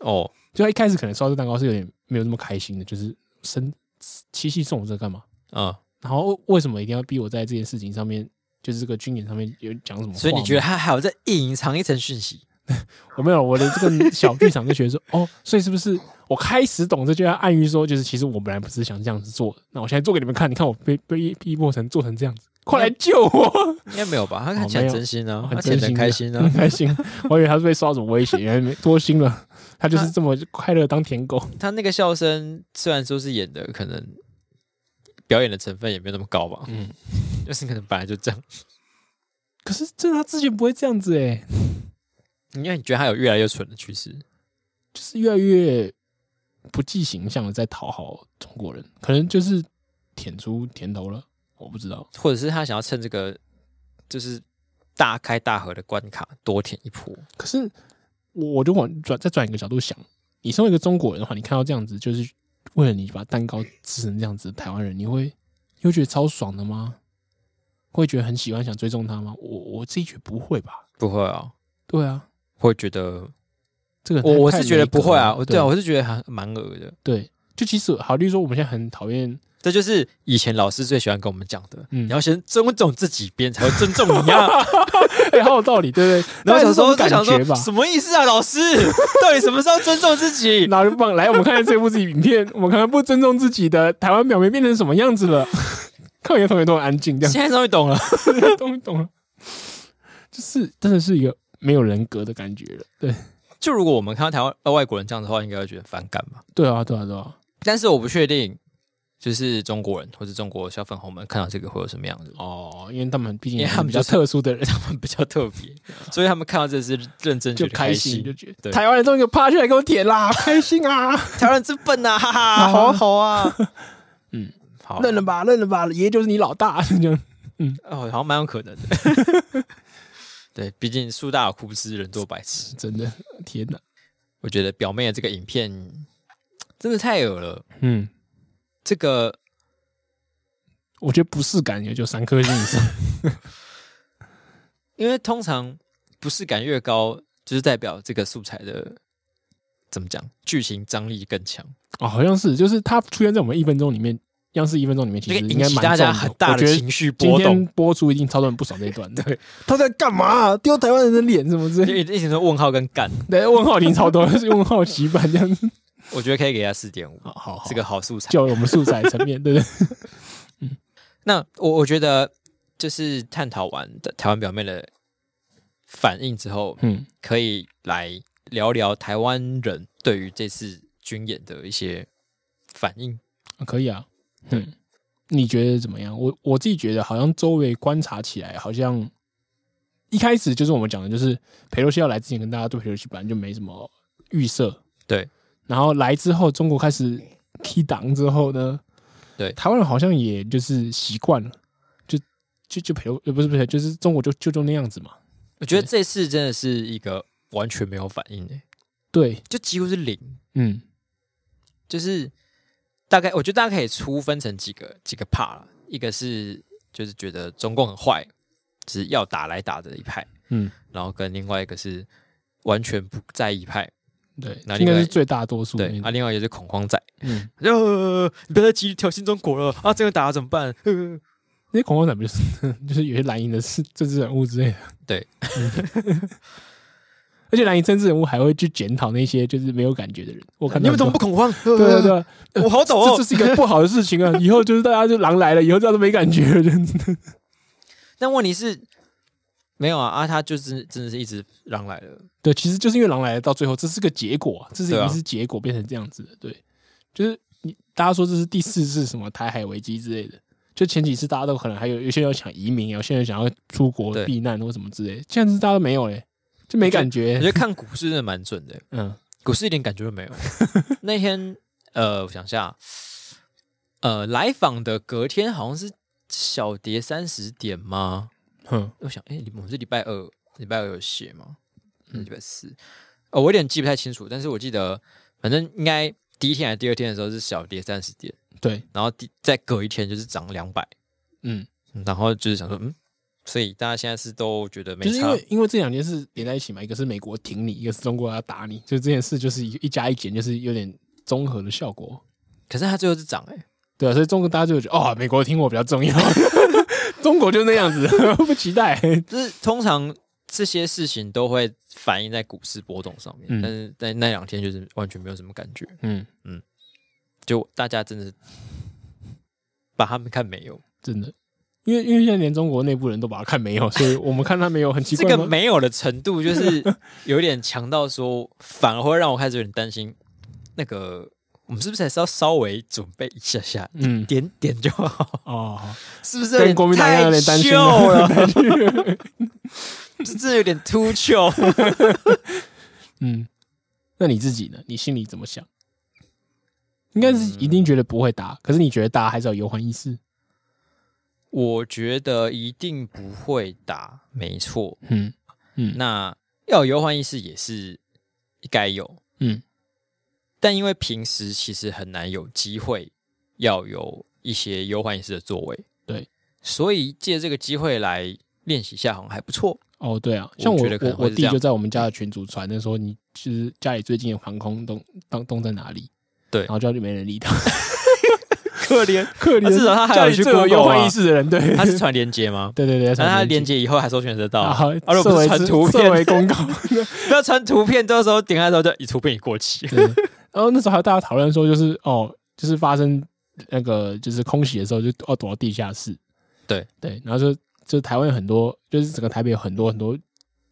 S2: (laughs)
S1: 哦，
S2: 就他一开始可能收到这蛋糕是有点没有那么开心的，就是生七夕送我这个干嘛？
S1: 嗯，
S2: 然后为什么一定要逼我在这件事情上面，就是这个军演上面有讲什么话吗？
S1: 所以你觉得他还有在隐藏一层讯息？
S2: 我没有，我的这个小剧场就觉得说，哦，所以是不是我开始懂这就要暗喻说，就是其实我本来不是想这样子做的，那我现在做给你们看，你看我被被逼迫成做成这样子，快来救我！
S1: 应该没有吧？他看起
S2: 哦没
S1: 来
S2: 有
S1: 真心啊，
S2: 很
S1: 他显
S2: 真
S1: 得
S2: 心
S1: 很开心
S2: 的，很
S1: 啊。 (laughs)
S2: 开心。 (laughs) 我以为他是被受到什么威胁，原来没多心了，他就是这么快乐当舔狗。
S1: 他那个笑声虽然说是演的可能表演的成分也没有那么高吧，
S2: 嗯，
S1: (laughs) 就是可能本来就这样。
S2: (laughs) 可是这他之前不会这样子哎、
S1: 因为你觉得他有越来越蠢的趋势，
S2: 就是越来越不计形象的在讨好中国人，可能就是舔出甜头了，我不知道。
S1: 或者是他想要趁这个就是大开大合的关卡多舔一波，
S2: 可是我我就往转再转一个角度想，你身为一个中国人的话，你看到这样子，就是为了你把蛋糕吃成这样子的台湾人，你会你会觉得超爽的吗？会觉得很喜欢想追踪他吗？我我自己觉得不会吧。
S1: 不会啊，
S2: 对啊，
S1: 会觉得
S2: 这个
S1: 我
S2: 太
S1: 我
S2: 嗯太
S1: 是觉得
S2: 没
S1: 不
S2: 格
S1: 会
S2: 了
S1: 啊，我对啊，我是觉得还蛮恶的。
S2: 对，就其实好，例如说我们现在很讨厌 (laughs)
S1: 这就是以前老师最喜欢跟我们讲的，
S2: 嗯
S1: 你要先尊重自己，别人才会尊重你
S2: (laughs)
S1: 啊。
S2: 哎、好有道理，对不
S1: (laughs)
S2: 对？
S1: 然后小时候就
S2: 大概是这
S1: 想
S2: 种感觉
S1: 说，
S2: 吧。
S1: 什么意思啊？老师， (laughs) 到底什么时候尊重自
S2: (laughs)
S1: 己？
S2: 然后就放来，我们看看这部自己影片，我们看看不尊重自己的台湾表妹变成什么样子了。 (laughs) 看我有同学都很安静，这样
S1: 现在终于懂了，
S2: 懂懂了，就是真的是一个没有人格的感觉了。对，
S1: 就如果我们看到台湾呃外国人这样的话，应该会觉得反感吧。
S2: 对啊，对啊，对啊。
S1: 但是我不确定，就是中国人或是中国小粉红们看到这个会有什么样子， (laughs)
S2: 哦，因为他们毕竟
S1: 因为他们
S2: 比较
S1: 就是
S2: 特殊的人，
S1: 他们比较特 (laughs) 别，所以他们看到这是认真觉
S2: 就
S1: 得
S2: 开
S1: 开
S2: 心，就
S1: 心。
S2: 觉得
S1: 对
S2: 台湾人终于趴下来给我
S1: (laughs)
S2: 舔啦，开心啊！
S1: 台湾人真笨啊，哈哈， (laughs) 好啊好啊， (laughs)
S2: 嗯，
S1: 好，啊
S2: 认了吧，认了吧，爷就是你老大，这样。
S1: 哦，好像蛮有可能的。 (laughs) 对，毕竟树大有枯枝，人多白痴。
S2: 真的，天哪！
S1: 我觉得表妹的这个影片真的太恶了。
S2: 嗯，
S1: 这个
S2: 我觉得不适感也就三颗星以上。 (laughs)
S1: 因为通常不适感越高，就是代表这个素材的怎么讲，剧情张力更强，
S2: 哦，好像是，就是它出现在我们一分钟里面，央视一分钟里面，其
S1: 这
S2: 实
S1: 个
S2: 应
S1: 引
S2: 该
S1: 起
S2: 蛮
S1: 大家
S2: 重
S1: 很大
S2: 我
S1: 的
S2: 觉得
S1: 情绪
S2: 今
S1: 波
S2: 天
S1: 动。
S2: 播出一定超多人不爽这一段。对，他在干嘛、啊丢台湾人的脸什么之
S1: 就
S2: 类的？
S1: 一一直说问号跟干，
S2: 对，问号已经超多， (laughs) 是问号洗版这样子。
S1: 我觉得可以给他四点五，
S2: 好好
S1: 是个好素材。
S2: 就我们素材层面，对不对？
S1: 那我我觉得就是探讨完的台湾表妹的反应之后，
S2: 嗯，
S1: 可以来聊聊台湾人对于这次军演的一些反应。
S2: 可以啊。嗯，你觉得怎么样？我我自己觉得，好像周围观察起来，好像一开始就是我们讲的，就是裴洛西要来之前，跟大家对裴洛西本来就没什么预设。
S1: 对，
S2: 然后来之后，中国开始 key 档之后呢，
S1: 对
S2: 台湾人好像也就是习惯了，就就就裴洛呃不是不是，就是中国就就就那样子嘛。
S1: 我
S2: 嗯
S1: 觉得这次真的是一个完全没有反应诶、欸
S2: 对，
S1: 就几乎是零，
S2: 嗯，
S1: 就是大概我觉得大家可以粗分成几个几个 part 啦一个是就是觉得中共很坏，只是要打来打的一派，
S2: 嗯，
S1: 然后跟另外一个是完全不在意派，
S2: 对，
S1: 那
S2: 应
S1: 另
S2: 该
S1: 外
S2: 是最大多数那
S1: 对，
S2: 种。
S1: 啊，另外一个是恐慌仔，
S2: 嗯，
S1: 就、呃、你不要再急于挑衅中国了啊，这样打了怎么办？呃
S2: 那些恐慌仔不就是 (laughs) 就是有些蓝营的是政治人物之类的。
S1: (laughs) 对
S2: 嗯， (laughs) 而且蓝营政治人物还会去检讨那些就是没有感觉的人。我看
S1: 你们怎
S2: 到
S1: 么不恐慌？
S2: 很多对对对，
S1: 对，我好抖
S2: 这
S1: 哦
S2: 这。是一个不好的事情啊！以后就是大家就狼来了，以后大家都没感觉了，这样子。
S1: 但问题是，没有啊啊，他就是真的是一直让来了，
S2: 对，其实就是因为狼来了，到最后这是个结果啊，这是已
S1: 对啊
S2: 经是结果变成这样子的。对，就是你大家说这是第四次什么台海危机之类的，就前几次大家都可能还有有些人想移民，有些人想要出国
S1: 对
S2: 避难或什么之类的，现在是大家都没有嘞，就没感觉
S1: 我觉。得看股市真的蛮准的，
S2: 嗯
S1: 股市一点感觉都没有。 (laughs) 那天呃，我想一下，呃，来访的隔天好像是小跌三十点吗？
S2: 哼，
S1: 我想，哎、你我们是礼拜二，礼拜二有写吗？
S2: 嗯
S1: 礼拜四，哦，我有点记不太清楚，但是我记得，反正应该第一天还是第二天的时候是小跌三十点，
S2: 对，
S1: 然后第再隔一天就是涨两百。
S2: 嗯，
S1: 嗯然后就是想说，嗯，所以大家现在是都觉得没
S2: 就是因
S1: 差，
S2: 为因为这两件事连在一起嘛，一个是美国挺你，一个是中国要打你，就这件事就是一一加一减，就是有点综合的效果。
S1: 可是它最后是涨哎、
S2: 对啊，所以中国大家就会觉得哦，美国听我比较重要， (laughs) 中国就那样子， (laughs) 不期待。
S1: 就是通常这些事情都会反映在股市波动上面，
S2: 嗯
S1: 但是在那两天就是完全没有什么感觉，
S2: 嗯，
S1: 就大家真的是把他们看没有，
S2: 真的，因为因为现在连中国内部人都把它看没有，所以我们看它没有很奇
S1: 这
S2: 怪
S1: 个
S2: 吗？
S1: 没有的程度就是有点强到说，反而会让我开始有点担心那个我们是不是还是要稍微准备一下下，
S2: 嗯，
S1: 点点就好？
S2: 哦，
S1: 是不是有
S2: 跟
S1: 点
S2: 国民党一样有点担心啊
S1: 太旧了？ (laughs)
S2: (laughs) 了。
S1: 是真的有点秃球。
S2: 嗯，那你自己呢？你心里怎么想？应该
S1: 嗯
S2: 是一定觉得不会打，可是你觉得打还是要有患意识。
S1: (laughs) 我觉得一定不会打，没错。
S2: 嗯嗯
S1: 那要有忧患意识也是该有，
S2: 嗯
S1: 但因为平时其实很难有机会要有一些忧患意识的作为，
S2: 对，
S1: 所以借这个机会来练习一下，好像还不错。
S2: 哦，对啊，像我
S1: 我觉得可
S2: 我
S1: 能会
S2: 我
S1: 是
S2: 弟
S1: 这样
S2: 就在我们家的群组传的说，你其实家里最近有防空洞洞洞在哪里？
S1: 对
S2: 然后就没人理他， (laughs)
S1: 可怜，
S2: 可
S1: 啊至少他还有
S2: 家里
S1: 去
S2: 最有
S1: Google
S2: 忧患
S1: 啊
S2: 意识的人，对，
S1: 他是传连接吗？
S2: (laughs) 对对对，
S1: 那他连
S2: 接
S1: 接以后还搜寻得到
S2: 啊
S1: 啊，，啊如果
S2: 作
S1: 不
S2: 为
S1: 是传图
S2: 作为
S1: 片， (laughs)
S2: 公告。
S1: 不要传图片，到时候点开的时候就以图片已过
S2: (laughs)
S1: 期。
S2: 对然后那时候还有大家讨论说，就是哦，就是发生那个就是空袭的时候，就要躲到地下室。
S1: 对
S2: 对，然后就就台湾有很多，就是整个台北有很多很多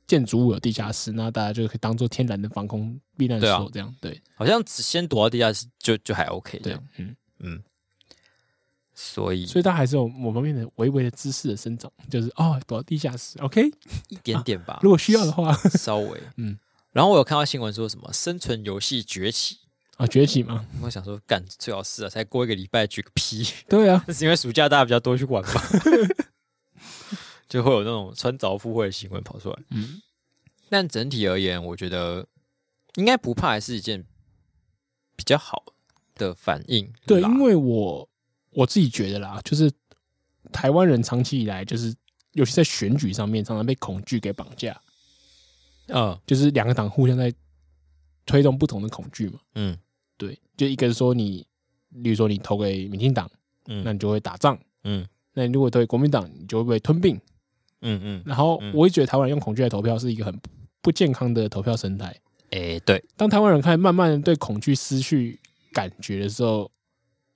S2: 建筑物有地下室，那大家就可以当做天然的防空避难
S1: 对啊
S2: 所这样。对
S1: 好像只先躲到地下室就就还 OK 这
S2: 对
S1: 样，，
S2: 嗯，
S1: 所以
S2: 所以大家还是有某方面的微微的知识的生长，就是哦，躲到地下室，OK，
S1: 一点点吧。
S2: 啊如果需要的
S1: (laughs)
S2: 话
S1: 稍微，
S2: 嗯
S1: 嗯。然后我有看到新闻说什么生存游戏崛起，
S2: 啊，崛起嘛，
S1: 我想说干最好是啊，才过一个礼拜举个屁， (laughs)
S2: 对啊，
S1: 那是因为暑假大家比较多去玩吧， (laughs) 就会有那种穿凿附会的新闻跑出来。
S2: 嗯
S1: 但整体而言，我觉得应该不怕还是一件比较好的反应啦。
S2: 对，因为我我自己觉得啦，就是台湾人长期以来就是，尤其在选举上面，常常被恐惧给绑架，
S1: 嗯
S2: 就是两个党互相在推动不同的恐惧嘛。
S1: 嗯
S2: 对，就一个是说你，例如说你投给民进党，那
S1: 嗯
S2: 你就会打仗；
S1: 嗯
S2: 那你如果投给国民党，你就会被吞并。
S1: 嗯嗯，
S2: 然后
S1: 嗯
S2: 我也觉得台湾人用恐惧来投票是一个很不健康的投票生态。
S1: 哎对，
S2: 当台湾人开始慢慢地对恐惧失去感觉的时候，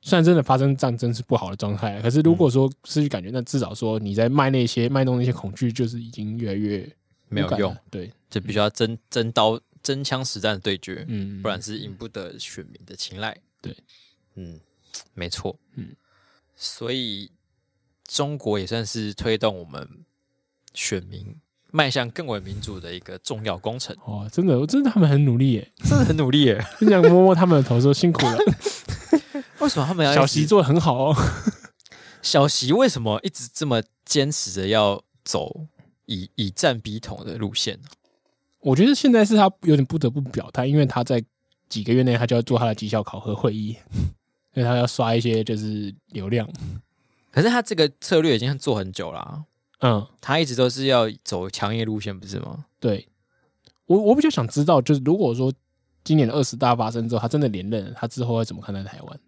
S2: 虽然真的发生战争是不好的状态，可是如果说失去感觉，那至少说你在卖那些卖弄那些恐惧，就是已经越来越
S1: 没有
S2: 无感了
S1: 用，。
S2: 对，
S1: 就必须要真真刀真枪实战的对决，
S2: 嗯，
S1: 不然是赢不得选民的青睐。
S2: 对，
S1: 嗯，没错，
S2: 嗯，
S1: 所以中国也算是推动我们选民迈向更为民主的一个重要工程，
S2: 哦，真的，我真的他们很努力耶，
S1: 真的很努力耶。
S2: 就想摸摸他们的头说辛苦
S1: (laughs)
S2: 了，
S1: 为什么他们要一直
S2: 小习做的很好哦。
S1: 小习为什么一直这么坚持着要走以以战逼统的路线呢？
S2: 我觉得现在是他有点不得不表态，因为他在几个月内他就要做他的绩效考核会议，因为他要刷一些就是流量，
S1: 可是他这个策略已经做很久了啊、
S2: 嗯。
S1: 他一直都是要走强硬路线，不是吗？
S2: 对我，我比较想知道，就是如果说今年的二十大发生之后，他真的连任了，他之后会怎么看待台湾？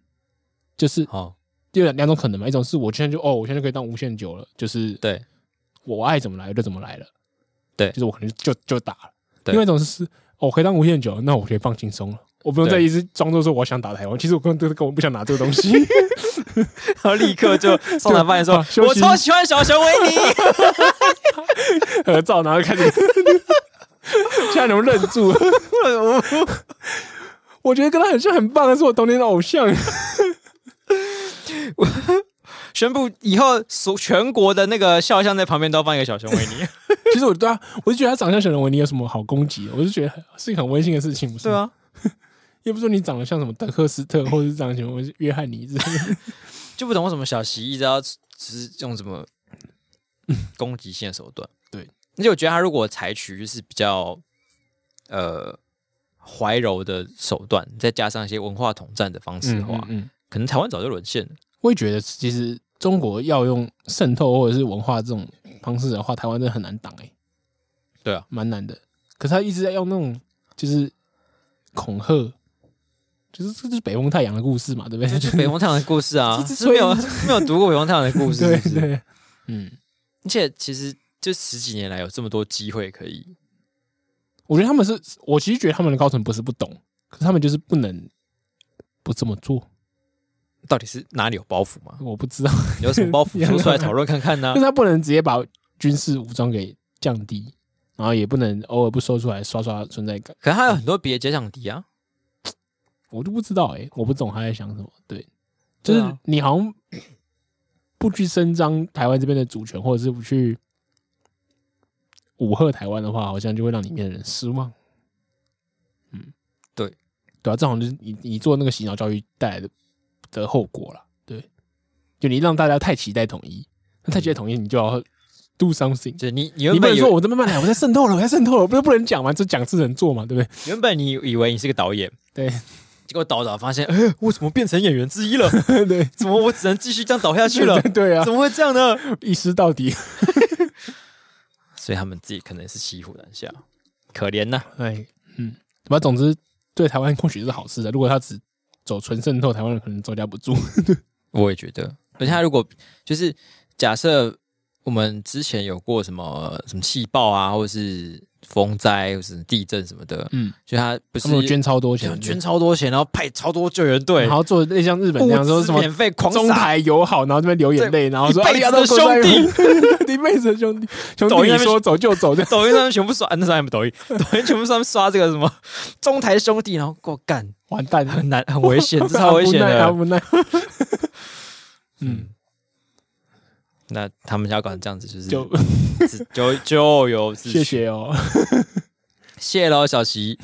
S2: 就是
S1: 哦，
S2: 有两两种可能嘛，一种是我现在就哦，我现在就可以当无限久了，就是
S1: 对，
S2: 我爱怎么来就怎么来了，
S1: 对
S2: 就是我可能就就打了。
S1: 对
S2: 另外一种是，哦我可以当无限久，那我可以放轻松了，我不用再
S1: 对
S2: 一直装作说我想打台湾，其实我根本根本不想拿这个
S1: (laughs)
S2: 东西。
S1: 然后立刻
S2: (laughs)
S1: 就上台发言说
S2: 好休：“息
S1: 我超喜欢小熊维尼。” (laughs)
S2: 合照，然后开始， (laughs) 现在能不能愣
S1: (laughs)
S2: 住。我觉得跟他很像，很棒，是我童年的偶像。
S1: 宣布以后所全国的那个肖像在旁边都放一个小熊维
S2: (laughs)
S1: 尼，
S2: 其实我对啊，我就觉得他长相像小人维尼有什么好攻击的？我就觉得是一个很温馨的事情，不是？
S1: 对，啊，
S2: 又不是说你长得像什么德克斯特，或者是长得像什么约翰尼之类的。
S1: 就不懂为什么小习一直要只是用什么攻击性的手段。
S2: 对，
S1: 而且我觉得他如果采取就是比较呃怀柔的手段，再加上一些文化统战的方式的话，
S2: 嗯，
S1: 可能台湾早就沦陷了。
S2: 我也觉得其实中国要用渗透或者是文化这种方式的话，台湾真的很难挡哎、欸
S1: 对啊，
S2: 蛮难的。可是他一直在用那种就是恐吓，就是这就是北风太阳的故事嘛，对不对？
S1: 这就是北风太阳的故事
S2: (laughs)
S1: 啊，
S2: 一直
S1: 是没有
S2: 吹
S1: 没有读过北风太阳的故事，
S2: (laughs) 对
S1: 是不是？
S2: 对，嗯，
S1: 而且其实就十几年来有这么多机会可以，
S2: 我觉得他们是，我其实觉得他们的高层不是不懂，可是他们就是不能不这么做，
S1: 到底是哪里有包袱吗？
S2: 我不知道。
S1: 有什么包袱说出来讨论看看呢、
S2: (laughs) 但是他不能直接把军事武装给降低，然后也不能偶尔不说出来刷刷存在感。
S1: 可是他有很多别的假想敌啊，
S2: 我就不知道哎、我不懂他在想什么。对，就
S1: 对
S2: 是
S1: 啊
S2: 你好像不去伸张台湾这边的主权，或者是不去武吓台湾的话，好像就会让里面的人失望。嗯，
S1: 对，
S2: 对啊，这好像就是你你做那个洗脑教育带来的的后果了。对，就你让大家太期待统一，那太期待统一，你就要 do something。
S1: 就是你你
S2: 你
S1: 原
S2: 不
S1: 本
S2: 能
S1: 以
S2: 说我在慢慢来，我在渗透了，我在渗透了，不是不能讲嘛，这讲是能做嘛，对不对？
S1: 原本你以为你是个导演，
S2: 对， (laughs)
S1: 结果导导发现，哎、 (laughs) 我怎么变成演员之一了？
S2: 对，
S1: 怎么我只能继续这样导下去了？
S2: (laughs) 对啊
S1: 怎，么会这样呢？
S2: 一失到底。
S1: 所以他们自己可能是骑虎难下，可怜呐、
S2: (laughs) 哎，嗯，反正总之对台湾或许是好事的。啊如果他只走纯渗透，台湾人可能招架不住。
S1: 我也觉得，而且他如果就是假设我们之前有过什么什么气爆啊，或者是风灾，或是地震什么的，
S2: 嗯，
S1: 就他不
S2: 他
S1: 是
S2: 们有捐超多
S1: 他们
S2: 钱，
S1: 捐超多钱，然后派超多救援队
S2: 然，后做类像日本那样
S1: 物
S2: 说
S1: 资
S2: 什么
S1: 免费狂
S2: 中
S1: 撒，
S2: 台友好，然后这边流眼泪，然后说哎
S1: 一辈子的兄，
S2: (laughs) 弟，一辈子的
S1: (laughs)
S2: 兄弟，兄
S1: 抖音
S2: 弟
S1: 那边
S2: 说走就走，这
S1: (laughs)
S2: 样
S1: 抖音上面全部刷，啊那时候还没抖音，抖音全部上面刷这个什么中台兄弟，然后给我干，
S2: 完蛋了，
S1: 很难，很危险， (laughs) 这超危
S2: (laughs)
S1: 险
S2: 阿
S1: 的。
S2: 不奈，阿不奈嗯，
S1: 那他们要搞成这样子， (laughs) 就是
S2: 就
S1: 就就就有自
S2: 谢
S1: 取，
S2: 谢哦。
S1: 谢喽，小席，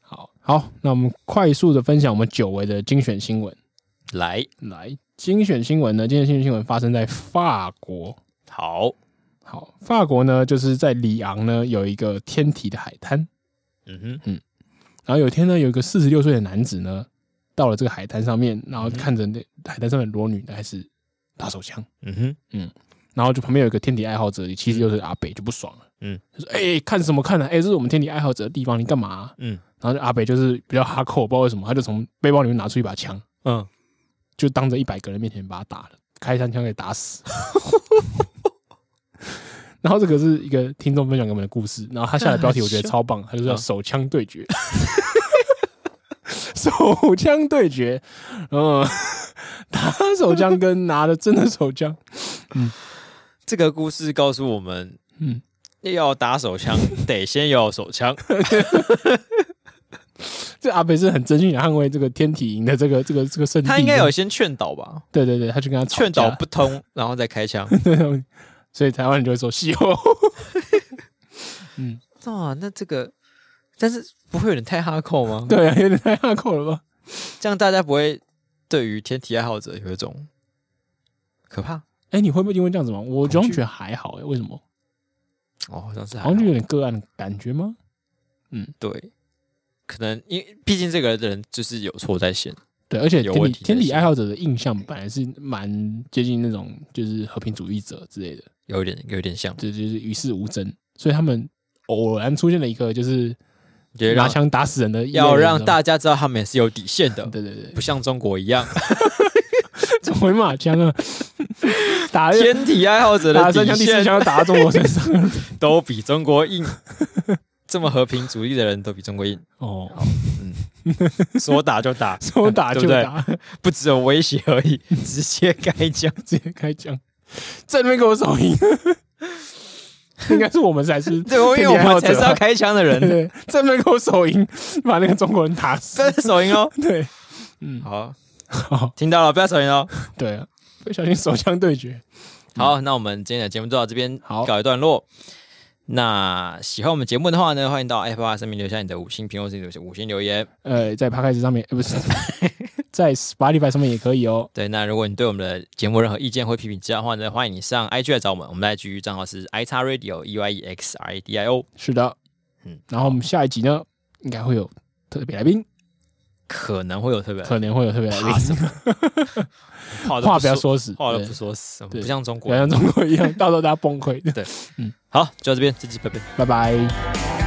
S2: 好好，那我们快速的分享我们久违的精选新闻。
S1: 来，
S2: 来，精选新闻呢？今天精选新闻发生在法国。
S1: 好，
S2: 好，法国呢，就是在里昂呢有一个天体的海滩，
S1: 嗯哼。
S2: 然后有一天呢，有一个四十六岁的男子呢，到了这个海滩上面，然后看着那海滩上的裸女开始打手枪，
S1: 嗯哼，
S2: 然后就旁边有一个天体爱好者，七十六岁的阿北就不爽了，
S1: 嗯，
S2: 就说：“哎、看什么看呢、啊？哎、这是我们天体爱好者的地方，你干嘛啊、
S1: 嗯
S2: 然后就阿北就是比较哈扣，不知道为什么，他就从背包里面拿出一把枪，
S1: 嗯，
S2: 就当着一百个人面前把他打了，开一枪枪给打死。 (laughs) 然后这个是一个听众分享给我们的故事，然后他下的标题我觉得超棒，他就是叫“
S1: 嗯
S2: 手枪对决”， (laughs) 手枪对决，嗯， (laughs) 打手枪跟拿的真的手枪，
S1: 这个故事告诉我们，
S2: 嗯
S1: 嗯，要打手枪得先有手枪，
S2: 这阿北是很真心地捍卫这个天体营的这个这个这个圣地，
S1: 他应该有先劝导吧，
S2: 对对对，他去跟他吵架
S1: 劝导不通，然后再开枪。
S2: (laughs) 对，所以台湾人就会说 (laughs) 哦西欧，
S1: 哇，那这个，但是不会有点太哈扣吗？
S2: 对啊，有点太哈扣了吧？
S1: 这样大家不会对于天体爱好者有一种可怕
S2: 哎、你会不会因为这样子吗？我好
S1: 恐
S2: 像
S1: 惧
S2: 觉得还好哎、为什么？
S1: 哦，好像是还
S2: 好像就有点个案的感觉吗？
S1: 对，可能因为毕竟这个人就是有错在先，
S2: 对，而且
S1: 有
S2: 天体
S1: 问题
S2: 天体
S1: 才
S2: 爱好者的印象本来是蛮接近那种就是和平主义者之类的，
S1: 有一点有一点像，
S2: 就就是与世无争，所以他们偶然出现了一个就是
S1: 也
S2: 拿
S1: 让
S2: 枪打死人的意外人，
S1: 要
S2: 你
S1: 让
S2: 知道吗
S1: 大家知道他们也是有底线的，
S2: 对对对，
S1: 不像中国一 (laughs) 样。
S2: 怎么会骂枪啊？ (laughs) 打了
S1: 天体爱好者
S2: 打
S1: 的
S2: 了三
S1: 底
S2: 枪第四
S1: 线
S2: 枪就打到中国身上
S1: (laughs) 都比中国 (laughs) 硬。这么和平主义的人都比中国硬，
S2: 哦， (laughs)
S1: 说打就打，
S2: 说打就
S1: 对不
S2: 打，
S1: 对， (laughs) 不只有威胁而已，直接开枪。
S2: 直接开枪，在那边给我手淫， (laughs) 应该是我们才是
S1: 对，因为我
S2: 天体爱好
S1: 们
S2: 者啊
S1: 才是要开枪的人， (laughs)
S2: 对，在那边给我手淫，把那个中国人打死
S1: 真。的手淫哦。
S2: 对，
S1: 好，
S2: 好，
S1: 听到了，不要手淫哦。
S2: 对啊，不小心手枪对决。
S1: 好，那我们今天的节目就到这边
S2: 嗯好
S1: 告一段落。那喜欢我们节目的话呢，欢迎到 Apple Podcast 上面留下你的五星评论，甚至五星留言。
S2: 呃，在 p 开始上面，
S1: (laughs)
S2: 呃，不是，在 Spotify 上面也可以哦。
S1: 对，那如果你对我们的节目有任何意见或批评指教的话呢，欢迎你上 IG 来找我们，我们的 IG 账号是 i x radio e y e x r a d i o。
S2: 是的，嗯
S1: 嗯，
S2: 然后我们下一集呢，应该会有特别来宾，
S1: 可能会有特别
S2: 可能会有特别来宾
S1: 怕，什么？话都
S2: 话不要
S1: 说，
S2: 说死，
S1: 话都
S2: 对
S1: 不说死，我们
S2: 对
S1: 不像中
S2: 不
S1: 国
S2: 要
S1: 人。
S2: 像中国一样，到时候大家崩溃。
S1: 好，就到这边，这期拜拜。
S2: 拜拜。